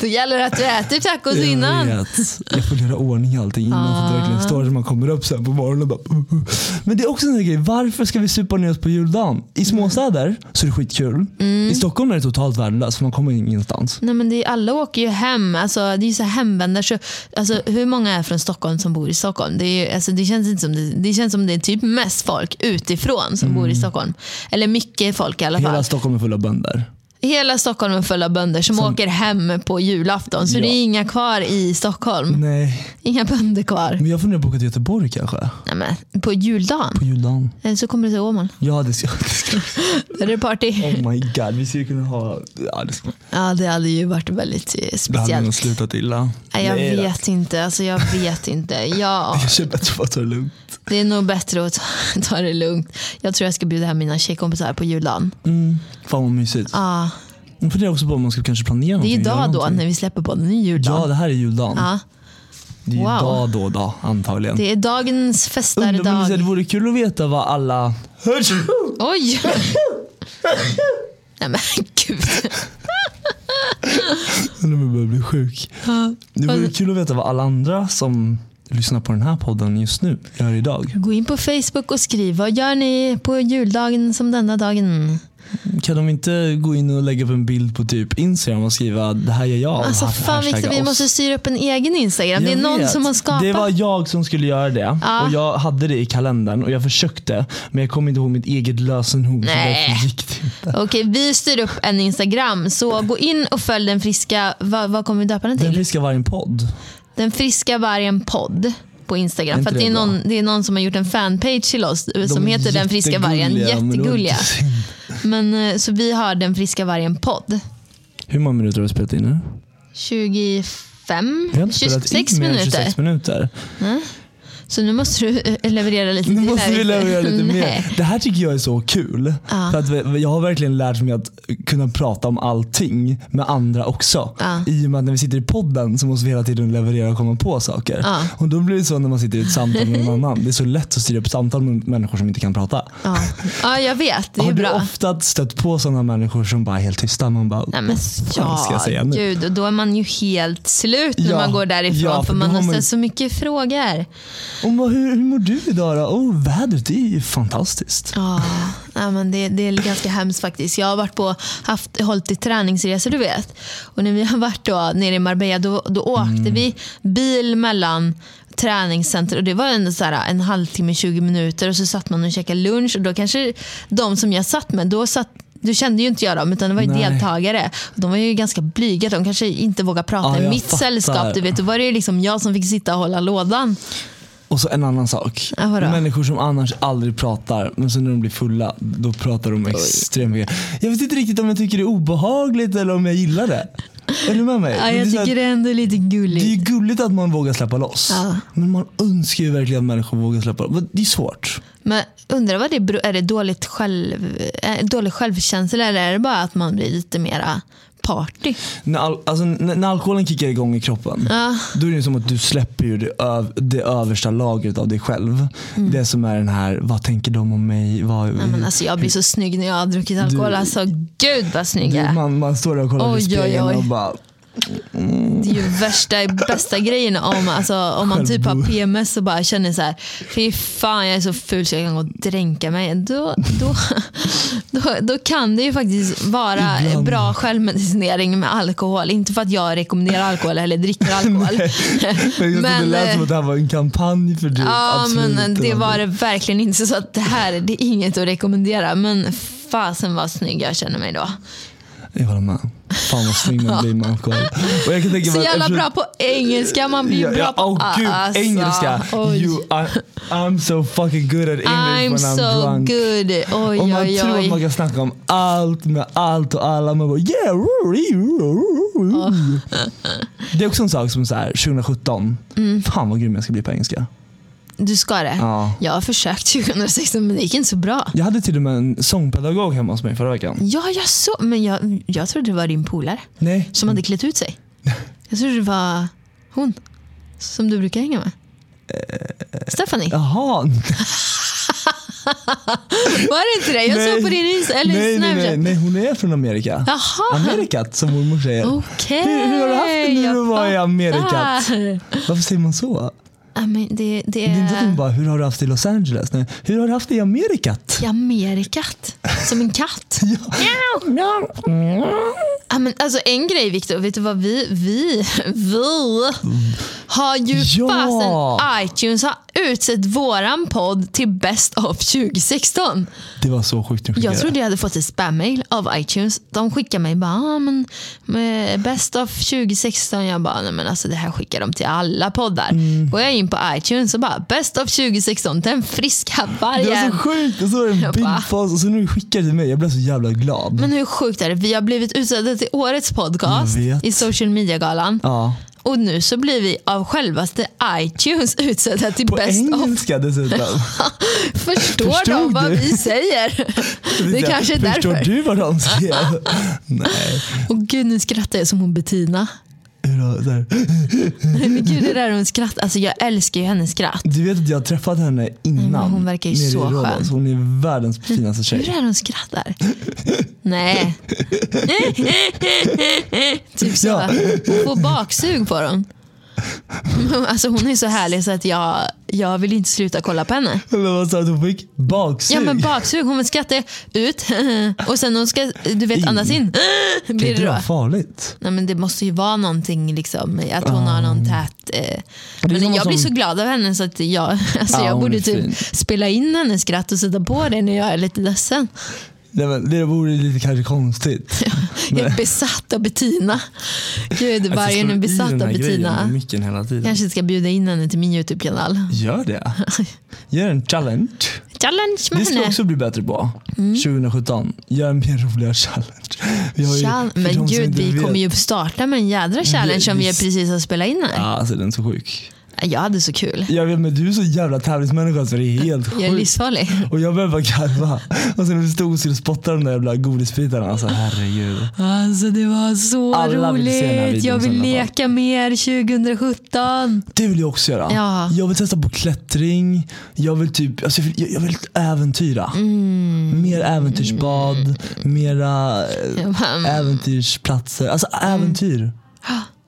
Speaker 2: Då gäller det att du äter tacos
Speaker 3: Jag
Speaker 2: innan. Ah.
Speaker 3: vet. Jag får göra ordning i allting innan så att det verkligen står så man kommer upp sen på morgonen och bara "Uh, Men det är också en sån här grej, varför ska vi supa ner oss på juldagen?
Speaker 2: Mm.
Speaker 3: I småstäder så är det skitkul. I Stockholm är det totalt värdelöst för man kommer ingenstans.
Speaker 2: Nej, men det är, alla åker ju hem. Alltså, det är ju så här hemvändare. Så, alltså, hur många är från Stockholm som bor i Stockholm? Det, är ju, alltså, det, känns inte som det, det känns som det är typ
Speaker 3: Mm.
Speaker 2: mest folk utifrån som bor i Stockholm. Eller mycket folk i alla fall.
Speaker 3: Hela Stockholm är full av bönder.
Speaker 2: Hela Stockholm är full av bönder som, åker hem på julafton. Så
Speaker 3: Ja.
Speaker 2: det är inga kvar i Stockholm.
Speaker 3: Nej,
Speaker 2: Inga bönder kvar.
Speaker 3: men jag funderar på att åka till Göteborg kanske.
Speaker 2: Nej, men, på juldagen.
Speaker 3: På juldagen.
Speaker 2: Eller Eh, så kommer du till Åmål.
Speaker 3: Ja, det ska, det ska
Speaker 2: Där är det party.
Speaker 3: Oh my god, vi skulle kunna ha... Ja, det, ska,
Speaker 2: Ja, det hade ju varit väldigt eh,
Speaker 3: det hade
Speaker 2: speciellt.
Speaker 3: nog slutat illa.
Speaker 2: Nej, jag
Speaker 3: Nej,
Speaker 2: vet inte. Alltså, jag vet inte. Ja,
Speaker 3: Jag känner att jag bara tar det lugnt.
Speaker 2: det är nog bättre att ta, ta det lugnt. Jag tror jag ska bjuda hem mina tjejkompisar på juldagen.
Speaker 3: Mm, fan vad mysigt.
Speaker 2: Ja,
Speaker 3: Jag funderar också på om man skulle kanske planera
Speaker 2: det är
Speaker 3: någonting.
Speaker 2: ju
Speaker 3: göra
Speaker 2: idag då
Speaker 3: någonting.
Speaker 2: när vi släpper på den. Det är
Speaker 3: Ja,
Speaker 2: juldagen.
Speaker 3: det här är juldagen.
Speaker 2: Ja,
Speaker 3: Det är ju
Speaker 2: wow.
Speaker 3: dag då, dag antagligen.
Speaker 2: det är dagens
Speaker 3: Undrar, men Det
Speaker 2: festare-dag.
Speaker 3: vore kul att veta vad alla...
Speaker 2: Oj! Nej men gud.
Speaker 3: Undrar om jag börjar bli sjuk. Det vore kul att veta vad alla andra som lyssnar på den här podden just nu gör idag.
Speaker 2: Gå in på Facebook och skriv vad gör ni på juldagen som denna dagen?
Speaker 3: Kan de inte gå in och lägga upp en bild på typ Instagram och skriva det här gör jag? och
Speaker 2: Alltså
Speaker 3: hashtagga
Speaker 2: fan Victor, vi
Speaker 3: oss?
Speaker 2: måste styra upp en egen Instagram. det är
Speaker 3: Jag
Speaker 2: någon
Speaker 3: vet.
Speaker 2: som har skapat.
Speaker 3: Det var jag som skulle göra det.
Speaker 2: Ja.
Speaker 3: Och Jag hade det i kalendern och jag försökte. Men jag kom inte ihåg mitt eget lösenord. Så
Speaker 2: Nej.
Speaker 3: därför gick det inte.
Speaker 2: Okej, vi styr upp en Instagram. Så gå in och följ den friska, vad, vad kommer vi döpa den
Speaker 3: Den
Speaker 2: till?
Speaker 3: friska vargen podd.
Speaker 2: Den friska vargen podd på
Speaker 3: Är
Speaker 2: Instagram.
Speaker 3: inte
Speaker 2: För att det är,
Speaker 3: det bra?
Speaker 2: någon, det är någon som har gjort en fanpage till oss eh, som
Speaker 3: De är
Speaker 2: heter Den friska vargen.
Speaker 3: jättegulliga, men de är
Speaker 2: Jättegulliga.
Speaker 3: inte synd.
Speaker 2: Men, eh, så vi har Den friska vargen podd.
Speaker 3: Hur många minuter har vi spelat in nu?
Speaker 2: 25,
Speaker 3: Vi har inte spelat in
Speaker 2: 26
Speaker 3: mer än
Speaker 2: minuter.
Speaker 3: 26 minuter.
Speaker 2: Så nu måste du eh, leverera lite
Speaker 3: Nu
Speaker 2: till
Speaker 3: måste
Speaker 2: här,
Speaker 3: vi
Speaker 2: Victor.
Speaker 3: leverera lite
Speaker 2: Nej.
Speaker 3: mer. Det här tycker jag är så kul.
Speaker 2: Ja.
Speaker 3: För att vi- jag har verkligen lärt mig att kunna prata om allting med andra också.
Speaker 2: Ja.
Speaker 3: I och med att när vi sitter i podden så måste vi hela tiden leverera och komma på saker.
Speaker 2: Ja.
Speaker 3: Och då blir det så när man sitter i ett samtal med någon annan. Det är så lätt att styra upp samtal med människor som inte kan prata.
Speaker 2: Ja. ja, jag vet. Det är
Speaker 3: har du
Speaker 2: bra.
Speaker 3: ofta stött på sådana människor som bara är helt tysta? Man bara,
Speaker 2: Nej, men,
Speaker 3: fan ska jag säga
Speaker 2: ja,
Speaker 3: nu?
Speaker 2: gud. Och då är man ju helt slut när
Speaker 3: Ja,
Speaker 2: man går därifrån
Speaker 3: ja,
Speaker 2: för,
Speaker 3: för
Speaker 2: man
Speaker 3: då
Speaker 2: har
Speaker 3: har man ju-
Speaker 2: ställt så mycket frågor.
Speaker 3: Och bara, hur, hur mår du idag då? Oh, vädret det är ju fantastiskt.
Speaker 2: Ja, nej, men det, det är ganska hemskt faktiskt. Jag har varit på, haft, hållit i träningsresor du vet. Och när vi har varit då, nere i Marbella då, då åkte
Speaker 3: Mm.
Speaker 2: vi bil mellan träningscenter och det var en, så här, en halvtimme, 20 minuter och så satt man och käkade lunch och då kanske de som jag satt med, då satt du kände ju inte jag dem, utan det var ju
Speaker 3: Nej.
Speaker 2: deltagare. De var ju ganska blyga, de kanske inte vågade prata
Speaker 3: Ja,
Speaker 2: i
Speaker 3: jag
Speaker 2: mitt
Speaker 3: fattar.
Speaker 2: sällskap. Du vet. Då var det ju liksom jag som fick sitta och hålla lådan.
Speaker 3: Och så en annan sak.
Speaker 2: Ja, vadå?
Speaker 3: Människor som annars aldrig pratar, men sen när de blir fulla, då pratar de extremt mycket. Jag vet inte riktigt om jag tycker det är obehagligt eller om jag gillar det. Är du med mig?
Speaker 2: Ja,
Speaker 3: det, är
Speaker 2: jag
Speaker 3: så här-
Speaker 2: tycker det är ändå lite
Speaker 3: det är
Speaker 2: gulligt.
Speaker 3: ju gulligt att man vågar släppa loss.
Speaker 2: Ja.
Speaker 3: Men man önskar ju verkligen att människor vågar släppa loss. Det är svårt.
Speaker 2: Men undrar vad det beror, är det dåligt själv, eh, dålig självkänsla eller är det bara att man blir lite mera party?
Speaker 3: När, al- alltså, när, när alkoholen kickar igång i kroppen,
Speaker 2: Ja.
Speaker 3: då är det som att du släpper ju det, öv, det översta lagret av dig själv. Det som är den här, vad tänker de om mig? Vad,
Speaker 2: Nej, Mm. men alltså jag blir så snygg när jag har druckit alkohol.
Speaker 3: Du-
Speaker 2: alltså gud vad snygg
Speaker 3: du,
Speaker 2: jag är.
Speaker 3: man, man står där och kollar
Speaker 2: Oj,
Speaker 3: i
Speaker 2: oj,
Speaker 3: spegeln
Speaker 2: oj.
Speaker 3: och bara
Speaker 2: Det är ju värsta, bästa grejen om, alltså, om man typ har
Speaker 3: Självbo-
Speaker 2: PMS och bara känner så här, fy fan jag är så ful så jag kan gå och dränka mig. Då, då, då, då kan det ju faktiskt vara
Speaker 3: Ibland.
Speaker 2: bra självmedicinering med alkohol. Inte för att jag rekommenderar alkohol eller dricker alkohol.
Speaker 3: Men jag tyckte det lät
Speaker 2: eh,
Speaker 3: som att det här var en kampanj för dig.
Speaker 2: Ja,
Speaker 3: Absolut
Speaker 2: men eh,
Speaker 3: inte.
Speaker 2: det var det verkligen inte. Så att det här det är inget att rekommendera. Men fasen vad snygg jag känner mig då.
Speaker 3: Jag håller med. Fan vad snygg man blir med alkohol. Och jag kan tänka
Speaker 2: Så
Speaker 3: mig att
Speaker 2: jävla
Speaker 3: eftersom-
Speaker 2: bra på engelska. Man blir ju
Speaker 3: alltså, Ja,
Speaker 2: bra
Speaker 3: ja,
Speaker 2: på
Speaker 3: Åh gud,
Speaker 2: alltså,
Speaker 3: engelska.
Speaker 2: oj.
Speaker 3: You, I, I'm so fucking good at English
Speaker 2: I'm
Speaker 3: when I'm
Speaker 2: so
Speaker 3: drunk.
Speaker 2: good. Oj,
Speaker 3: Och man
Speaker 2: oj,
Speaker 3: tror att man
Speaker 2: oj.
Speaker 3: kan snacka om allt med allt och alla. Man bara yeah. woo, woo, woo, woo." Det är också en sak som så här, 2017.
Speaker 2: Mm.
Speaker 3: Fan vad grym jag ska bli på engelska.
Speaker 2: Du ska det?
Speaker 3: Ja.
Speaker 2: Jag har försökt 2016 men det gick inte så bra.
Speaker 3: Jag hade till och med en sångpedagog hemma hos mig förra veckan.
Speaker 2: Ja, jag så, men jag, jag trodde det var din polare
Speaker 3: Nej,
Speaker 2: som hade klätt ut sig. Jag trodde det var hon som du brukar hänga med.
Speaker 3: Eh,
Speaker 2: Stephanie.
Speaker 3: jaha.
Speaker 2: Var det inte det? Jag såg
Speaker 3: Nej.
Speaker 2: på din Insta, eller
Speaker 3: nej, nej,
Speaker 2: Snapchat.
Speaker 3: nej, nej, hon är från Amerika.
Speaker 2: Jaha,
Speaker 3: Amerikat som mormor säger.
Speaker 2: okej. Ah.
Speaker 3: Hur- hur har du haft det när
Speaker 2: Jag
Speaker 3: du var i Amerika?
Speaker 2: fattar.
Speaker 3: Varför säger man så?
Speaker 2: Ja, men det, det,
Speaker 3: Det är inte att hon
Speaker 2: är
Speaker 3: bara, hur har du haft det i Los Angeles? Nej, hur har du haft det i Amerikat?
Speaker 2: i Amerikat. Som en katt. Ja, men alltså en grej Viktor, vet du vad vi, vi, vi har ju
Speaker 3: Ja!
Speaker 2: fasen iTunes har utsett våran podd till Best of 2016.
Speaker 3: Det var så sjukt de skickade.
Speaker 2: Jag trodde jag hade fått ett spam-mail av iTunes. De skickar mig bara, ah, men, med Best of 2016. Jag bara, nej men alltså det här skickar de till alla poddar.
Speaker 3: Mm.
Speaker 2: Går jag in på iTunes och bara, Best of 2016, den friska
Speaker 3: det var
Speaker 2: vargen.
Speaker 3: så sjukt. Och så var det en
Speaker 2: Jag
Speaker 3: bild
Speaker 2: bara-
Speaker 3: på oss och så nu skickar du till mig. Jag blev så jävla glad.
Speaker 2: Men hur sjukt är det? Vi har blivit utsedda till årets podcast
Speaker 3: Jag vet.
Speaker 2: i social media-galan.
Speaker 3: ja.
Speaker 2: Och nu så blir vi av självaste iTunes utsedda till
Speaker 3: På
Speaker 2: Best of.
Speaker 3: engelska dessutom.
Speaker 2: Förstår
Speaker 3: Förstod
Speaker 2: de vad
Speaker 3: du?
Speaker 2: vi säger? Det är kanske är
Speaker 3: Förstår
Speaker 2: därför.
Speaker 3: du vad de säger? Nej.
Speaker 2: Och gud, nu skrattar jag som hon Bettina.
Speaker 3: Hur då? Så här.
Speaker 2: Men gud, det där hon skrattar. Alltså jag älskar ju hennes skratt.
Speaker 3: Du vet att jag har träffat henne innan.
Speaker 2: men Mm, hon verkar ju
Speaker 3: nere i
Speaker 2: så
Speaker 3: Rhodos.
Speaker 2: skön. Mm.
Speaker 3: Hon är världens finaste
Speaker 2: Hur
Speaker 3: tjej.
Speaker 2: är det hon skrattar? Nej. typ så.
Speaker 3: Ja.
Speaker 2: Hon får baksug på dem. Alltså hon är så härlig så att jag, jag vill inte sluta kolla på henne.
Speaker 3: Men vad sa du att hon fick? Baksug?
Speaker 2: Ja men baksug, hon skrattar ut och sen hon ska, du vet
Speaker 3: In.
Speaker 2: andas in.
Speaker 3: det
Speaker 2: Blir
Speaker 3: är
Speaker 2: det då?
Speaker 3: inte farligt.
Speaker 2: Nej, men det måste ju vara någonting, liksom, att hon har någon
Speaker 3: Ah.
Speaker 2: tät... Eh. Men
Speaker 3: samma
Speaker 2: jag blir
Speaker 3: som-
Speaker 2: så glad av henne så att jag, alltså
Speaker 3: Ja,
Speaker 2: jag
Speaker 3: hon är
Speaker 2: borde typ
Speaker 3: fin.
Speaker 2: spela in hennes skratt och sätta på det när jag är lite ledsen.
Speaker 3: Nej, men det vore lite kanske konstigt.
Speaker 2: Jag är besatt av Bettina. Gud,
Speaker 3: Alltså,
Speaker 2: vargen är besatt av Bettina.
Speaker 3: Micken hela tiden.
Speaker 2: Kanske ska bjuda in henne till min YouTube-kanal.
Speaker 3: Gör det. Gör en challenge.
Speaker 2: Challenge med
Speaker 3: Det ska jag
Speaker 2: henne.
Speaker 3: också bli bättre på.
Speaker 2: Mm.
Speaker 3: 2017. Gör en mer roligare challenge. Vi har ju-
Speaker 2: Chall-
Speaker 3: för de som
Speaker 2: men gud,
Speaker 3: inte
Speaker 2: vi
Speaker 3: vet-
Speaker 2: kommer ju starta med en jädra challenge som vi
Speaker 3: vi-
Speaker 2: precis har spelat in
Speaker 3: Ja,
Speaker 2: här.
Speaker 3: alltså den är så sjuk.
Speaker 2: Jag hade så kul.
Speaker 3: Jag vet men du är så jävla tävlingsmänniska så det är helt
Speaker 2: Jag är
Speaker 3: sjukt.
Speaker 2: livsfarlig.
Speaker 3: Och jag började bara garva. Och sen när vi stod och skulle spotta de där jävla godisbitarna. Alltså herregud.
Speaker 2: Alltså det var så
Speaker 3: Alla vill se den här
Speaker 2: roligt.
Speaker 3: videon
Speaker 2: Jag
Speaker 3: i
Speaker 2: vill
Speaker 3: alla fall.
Speaker 2: leka mer 2017.
Speaker 3: Det vill jag också göra.
Speaker 2: Ja.
Speaker 3: Jag vill testa på klättring. Jag vill typ, alltså jag, vill, jag- jag vill äventyra. Mer äventyrsbad. Mera eh,
Speaker 2: Mm. Jag bara, mm,
Speaker 3: äventyrsplatser. Alltså äventyr.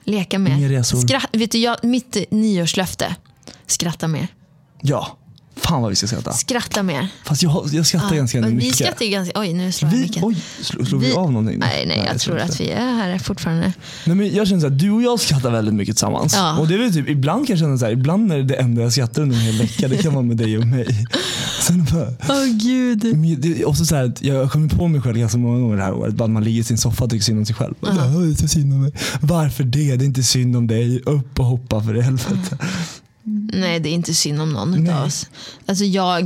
Speaker 2: leka
Speaker 3: Inga
Speaker 2: mer.
Speaker 3: resor.
Speaker 2: Skratt, vet du, jag, mitt nyårslöfte. Skratta mer.
Speaker 3: Ja. Fan vad vi ska skratta.
Speaker 2: Skratta mer.
Speaker 3: Fast jag, jag skrattar ganska
Speaker 2: Ja, vi
Speaker 3: mycket.
Speaker 2: skrattar ju ganska... Oj, nu slår jag
Speaker 3: vi,
Speaker 2: micken.
Speaker 3: oj, slog, slog vi,
Speaker 2: Vi-
Speaker 3: av någonting?
Speaker 2: Nej, nej, jag tror
Speaker 3: inte.
Speaker 2: att vi är här fortfarande.
Speaker 3: Nej, men jag känner så här, du och jag skrattar väldigt mycket tillsammans.
Speaker 2: Ja.
Speaker 3: Och det är väl typ, ibland kan jag känna så här, ibland är det det enda jag skrattar under en hel vecka. Det kan vara med dig och mig. Sen bara,
Speaker 2: Åh gud.
Speaker 3: men det är också så här, att jag har kommit på mig själv ganska många gånger det här året. Bara att man ligger i sin soffa och tycker synd om sig själv. Bara, "Åh, Det är så synd om mig. Varför det? Det är inte synd om dig. Upp och hoppa för i helvete.
Speaker 2: Mm. Nej, det är inte synd om någon
Speaker 3: Nej.
Speaker 2: av oss. Alltså jag...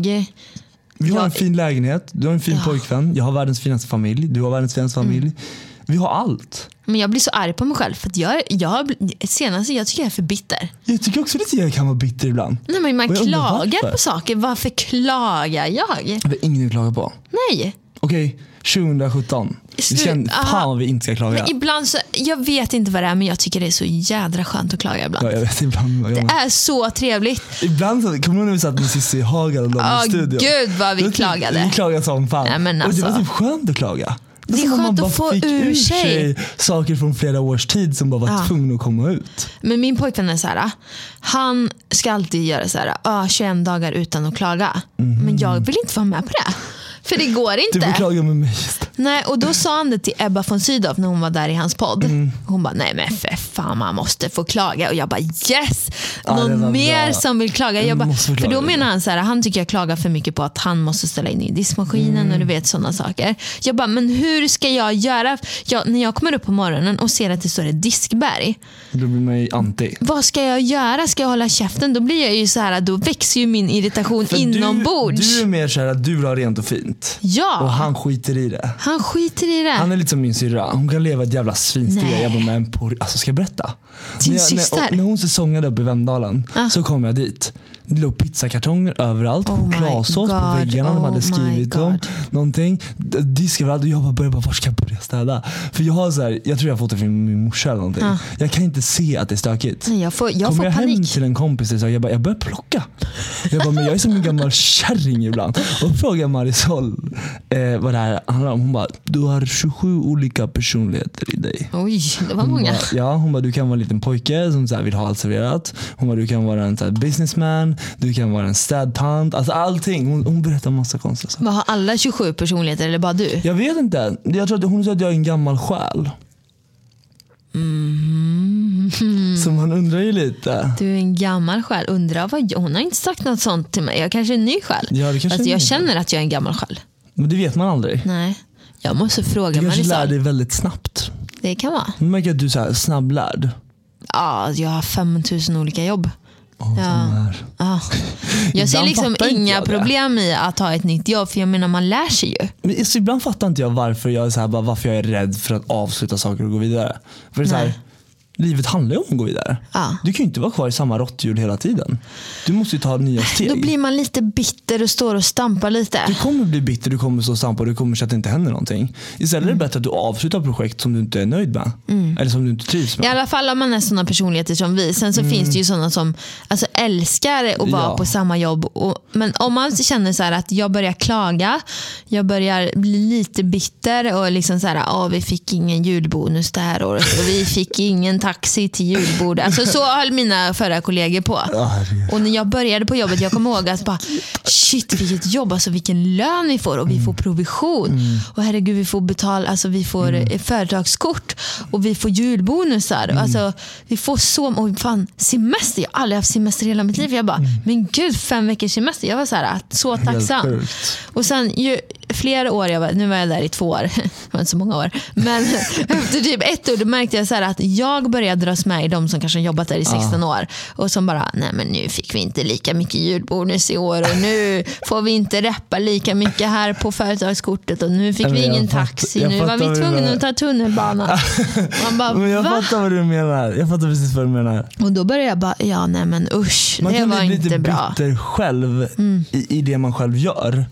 Speaker 3: Vi har
Speaker 2: Ja.
Speaker 3: en fin lägenhet, du har en fin
Speaker 2: Ja. Mm.
Speaker 3: pojkvän, jag har världens finaste familj, du har världens finaste familj. Vi har allt.
Speaker 2: Men jag blir så arg på mig själv. För att jag, jag, senast, jag tycker jag är för bitter.
Speaker 3: Jag tycker också lite jag kan vara bitter ibland.
Speaker 2: Nej, men man
Speaker 3: Och jag undrar
Speaker 2: klagar
Speaker 3: varför.
Speaker 2: på saker. Varför klagar jag?
Speaker 3: Det är ingen att klaga på.
Speaker 2: Nej.
Speaker 3: Okej, 2017. Vi
Speaker 2: Slut.
Speaker 3: känner,
Speaker 2: Aha.
Speaker 3: fan vad vi inte ska klaga.
Speaker 2: Men ibland så, jag vet inte vad det är, men jag tycker det är så jädra skönt att klaga ibland.
Speaker 3: Ja, jag vet, ibland, jag
Speaker 2: Det är så trevligt.
Speaker 3: ibland så, kommer du ihåg när vi satt med Cissi Hagel och de
Speaker 2: Ah,
Speaker 3: i studion?
Speaker 2: gud, vad vi
Speaker 3: Då typ-
Speaker 2: klagade.
Speaker 3: Vi klagade som fan.
Speaker 2: Nej, men
Speaker 3: Och det var
Speaker 2: alltså.
Speaker 3: typ skönt att klaga. Det
Speaker 2: är
Speaker 3: som om man
Speaker 2: skönt att
Speaker 3: bara
Speaker 2: få
Speaker 3: fick
Speaker 2: ur
Speaker 3: ur
Speaker 2: sig.
Speaker 3: sig saker från flera års tid som bara var
Speaker 2: Ja.
Speaker 3: tvungna att komma ut.
Speaker 2: Men min pojkvän är så här, han ska alltid göra så här, ah, 21 dagar utan att klaga. Men jag vill inte vara med på det. För det går
Speaker 3: Mhm. Du får
Speaker 2: inte.
Speaker 3: klaga med mig. istället.
Speaker 2: Nej, och då sa han det till Ebba von Sydow när hon var där i hans podd.
Speaker 3: Mm.
Speaker 2: Hon bara, nej men för fan man måste få klaga. Och jag bara yes!
Speaker 3: Ja, det var
Speaker 2: Någon
Speaker 3: bra.
Speaker 2: mer som vill klaga? Jag
Speaker 3: Jag
Speaker 2: bara,
Speaker 3: måste få
Speaker 2: för då
Speaker 3: klaga.
Speaker 2: menar han så här, han tycker jag klagar för mycket på att han måste ställa in i diskmaskinen
Speaker 3: Mm.
Speaker 2: och du vet sådana saker. Jag bara, men hur ska jag göra? Jag, när jag kommer upp på morgonen och ser att det står ett diskberg
Speaker 3: Då blir man ju anti.
Speaker 2: vad ska jag göra? Ska jag hålla käften? Då blir jag ju så här, då växer ju min irritation
Speaker 3: För
Speaker 2: inombords.
Speaker 3: Du, du är mer såhär att du vill ha rent och fint.
Speaker 2: Ja.
Speaker 3: Och han skiter i det.
Speaker 2: Han skiter i det.
Speaker 3: Han är lite som min syrra. Hon kan leva ett jävla svinstiga
Speaker 2: Nej.
Speaker 3: jävla med en por- Alltså ska jag berätta?
Speaker 2: Din
Speaker 3: när, jag,
Speaker 2: syster?
Speaker 3: När, när hon säsongade upp i Vemdalen
Speaker 2: Ah.
Speaker 3: så kom jag dit. Det låg pizzakartonger överallt,
Speaker 2: Oh my
Speaker 3: chokladsås på
Speaker 2: God,
Speaker 3: väggarna, de
Speaker 2: oh
Speaker 3: hade
Speaker 2: my
Speaker 3: skrivit om
Speaker 2: God.
Speaker 3: någonting. D- Disk överallt och jag bara började bara, var ska jag börja städa? För jag har så här, jag tror jag har fått det från min morsa eller någonting.
Speaker 2: Ah.
Speaker 3: Jag kan inte se att det är stökigt.
Speaker 2: Nej, jag får, jag
Speaker 3: Kommer
Speaker 2: får
Speaker 3: jag hem
Speaker 2: panik.
Speaker 3: till en kompis och sa, jag, bara, jag börjar plocka. Jag bara, men jag är som en gammal kärring ibland. Och frågar Marisol eh, vad det här handlar om. Hon bara, du har 27 olika personligheter i dig.
Speaker 2: Oj, det var
Speaker 3: Hon
Speaker 2: många.
Speaker 3: bara, ja, hon bara, du kan vara en liten pojke som så här vill ha allt serverat. Hon bara, du kan vara en så här businessman, du kan vara en städtant. Alltså allting. Hon, hon berättar massa konstiga saker.
Speaker 2: Vad har alla 27 personligheter eller bara du?
Speaker 3: Jag vet inte. Jag tror att hon sa att jag är en gammal själ.
Speaker 2: Mm-hmm.
Speaker 3: Så man undrar ju lite.
Speaker 2: Du är en gammal själ. Undrar vad jag, hon har inte sagt något sånt till mig. Jag kanske är en ny själ.
Speaker 3: Ja, det kanske
Speaker 2: Fast
Speaker 3: är en
Speaker 2: jag
Speaker 3: ny
Speaker 2: känner att jag är en gammal själ.
Speaker 3: Men det vet man aldrig.
Speaker 2: Nej, jag måste fråga
Speaker 3: Du kanske lär
Speaker 2: Marisol.
Speaker 3: dig väldigt snabbt.
Speaker 2: Det kan vara.
Speaker 3: Man märker att du är så här snabblärd.
Speaker 2: Ja, jag har 5000 olika jobb.
Speaker 3: Åh,
Speaker 2: Ja.
Speaker 3: den här.
Speaker 2: Ja. Jag ser
Speaker 3: Ibland
Speaker 2: liksom
Speaker 3: fattar inte
Speaker 2: inga
Speaker 3: jag det.
Speaker 2: problem i att ha ett nytt jobb, för jag menar man lär sig ju.
Speaker 3: Men så ibland fattar inte jag varför jag är, så här, bara, varför jag är rädd för att avsluta saker och gå vidare. För det är så här,
Speaker 2: Nej.
Speaker 3: livet handlar ju om att gå vidare.
Speaker 2: Ja.
Speaker 3: Du kan ju inte vara kvar i samma råtthjul hela tiden. Du måste ju ta nya steg.
Speaker 2: Då blir man lite bitter och står och stampar lite.
Speaker 3: Du kommer bli bitter, du kommer stå och stampa och du kommer känna att det inte händer någonting. Istället
Speaker 2: Mm.
Speaker 3: är det bättre att du avslutar projekt som du inte är nöjd med. Eller som du inte trivs med.
Speaker 2: I alla fall om man är sådana personligheter som vi. Sen så finns det ju sådana som alltså, älskar att vara
Speaker 3: Mm. Ja.
Speaker 2: på samma jobb. Och, men om man känner så här att jag börjar klaga, jag börjar bli lite bitter och liksom så här, ah, vi fick ingen julbonus det här året och vi fick ingen taxi till julbordet. Alltså, så höll mina förra kollegor på.
Speaker 3: Ja, herregud.
Speaker 2: Och när jag började på jobbet, jag kommer ihåg att bara shit vilket jobb, alltså vilken lön vi får och vi
Speaker 3: Mm.
Speaker 2: får provision. Och herregud vi får betal, alltså vi får
Speaker 3: Mm.
Speaker 2: eh, företagskort och vi får julbonusar. Alltså, vi får så, och fan semester, jag har aldrig haft semester i hela mitt liv. Jag bara,
Speaker 3: Mm.
Speaker 2: men gud fem veckors semester. Jag var så, här, så tacksam.
Speaker 3: sjukt.
Speaker 2: Och sen ju flera år, jag var, nu var jag där i två år, det var inte så många år. Men efter typ ett år då märkte jag så här att jag började dras med i de som kanske har jobbat
Speaker 3: Ah.
Speaker 2: där i 16 år. Och som bara, nej men nu fick vi inte lika mycket julbonus i år och nu får vi inte reppa lika mycket här på företagskortet och nu fick
Speaker 3: Nej,
Speaker 2: vi
Speaker 3: men jag
Speaker 2: ingen
Speaker 3: fattar-
Speaker 2: taxi.
Speaker 3: jag
Speaker 2: Nu var
Speaker 3: fattar vad
Speaker 2: vi
Speaker 3: du
Speaker 2: tvungna
Speaker 3: menar.
Speaker 2: att ta tunnelbanan. Man bara,
Speaker 3: Men jag
Speaker 2: va?
Speaker 3: fattar vad du menar. Jag fattar precis vad du menar.
Speaker 2: Och då började jag bara, ja nej men usch,
Speaker 3: Man
Speaker 2: det
Speaker 3: kan
Speaker 2: var
Speaker 3: bli lite
Speaker 2: inte bra. Mm.
Speaker 3: bitter själv i, i det man själv gör.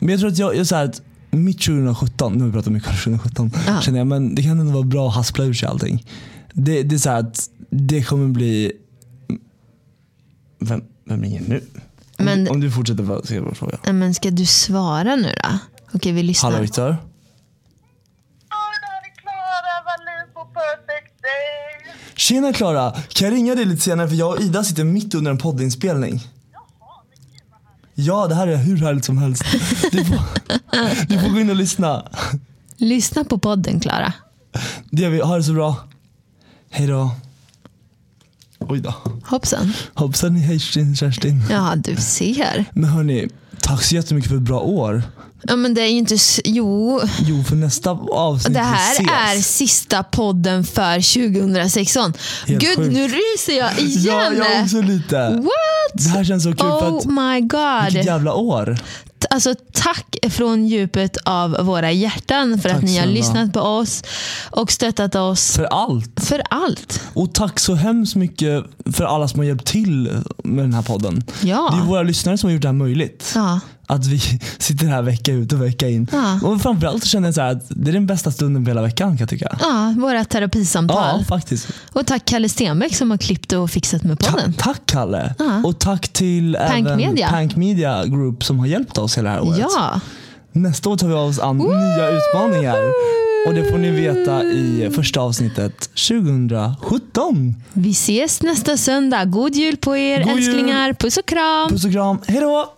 Speaker 3: Men jag tror att jag, jag så här, att mitt 2017, nu har vi pratat mycket om 2017,
Speaker 2: Ja.
Speaker 3: känner jag, men det kan ändå vara bra att haspla ur sig allting. Det, det är så här att det kommer bli... Vem, vem ringer nu? Om,
Speaker 2: Men-
Speaker 3: du, om du fortsätter på ska jag bara fråga.
Speaker 2: Nej, men ska du svara nu då? Okej vi lyssnar.
Speaker 3: Hallå Viktor?
Speaker 4: Ja, det här är Klara Wallin på Perfect Day.
Speaker 3: Tjena Klara! Kan jag ringa dig lite senare för jag och Ida sitter mitt under en poddinspelning. Ja, det här är hur härligt som helst. Du får, du får gå in och lyssna.
Speaker 2: Lyssna på podden Klara.
Speaker 3: Det gör vi. Ha det så bra. Hej då. Oj då.
Speaker 2: Hoppsan.
Speaker 3: Hoppsan hej Kerstin, Kerstin.
Speaker 2: Ja, du ser.
Speaker 3: Men hörni, tack så jättemycket för ett bra år.
Speaker 2: Ja, men det är ju inte... s- Jo,
Speaker 3: Jo, för nästa avsnitt
Speaker 2: det här
Speaker 3: ses.
Speaker 2: är sista podden för 2016.
Speaker 3: Helt
Speaker 2: Gud,
Speaker 3: sjukt.
Speaker 2: nu ryser jag igen.
Speaker 3: Ja, jag också lite.
Speaker 2: What?
Speaker 3: Det här känns så kul för
Speaker 2: Oh
Speaker 3: att,
Speaker 2: my
Speaker 3: vilket
Speaker 2: god.
Speaker 3: jävla år.
Speaker 2: T- Alltså, tack från djupet av våra hjärtan för att
Speaker 3: Tack
Speaker 2: ni har
Speaker 3: snälla.
Speaker 2: lyssnat på oss och stöttat oss
Speaker 3: För allt.
Speaker 2: för allt.
Speaker 3: Och tack så hemskt mycket för alla som har hjälpt till med den här podden.
Speaker 2: Ja.
Speaker 3: Det är våra lyssnare som har gjort det här möjligt.
Speaker 2: Ja.
Speaker 3: Att vi sitter här vecka ut och vecka in.
Speaker 2: Ja.
Speaker 3: Och framförallt så känner jag så här att det är den bästa stunden på hela veckan kan jag tycka.
Speaker 2: Ja, våra terapisamtal.
Speaker 3: Ja, faktiskt.
Speaker 2: Och tack Kalle Stenbeck som har klippt och fixat med
Speaker 3: Ta-
Speaker 2: podden.
Speaker 3: tack Kalle.
Speaker 2: Ja.
Speaker 3: Och tack till
Speaker 2: Pank
Speaker 3: även
Speaker 2: Media.
Speaker 3: Pank Media Group som har hjälpt oss hela det här året.
Speaker 2: Ja.
Speaker 3: Nästa år tar vi oss an nya utmaningar. Och det får ni veta i första avsnittet 2017.
Speaker 2: Vi ses nästa söndag. God jul på er
Speaker 3: God jul.
Speaker 2: älsklingar. Puss och kram.
Speaker 3: Puss och kram. Hej då!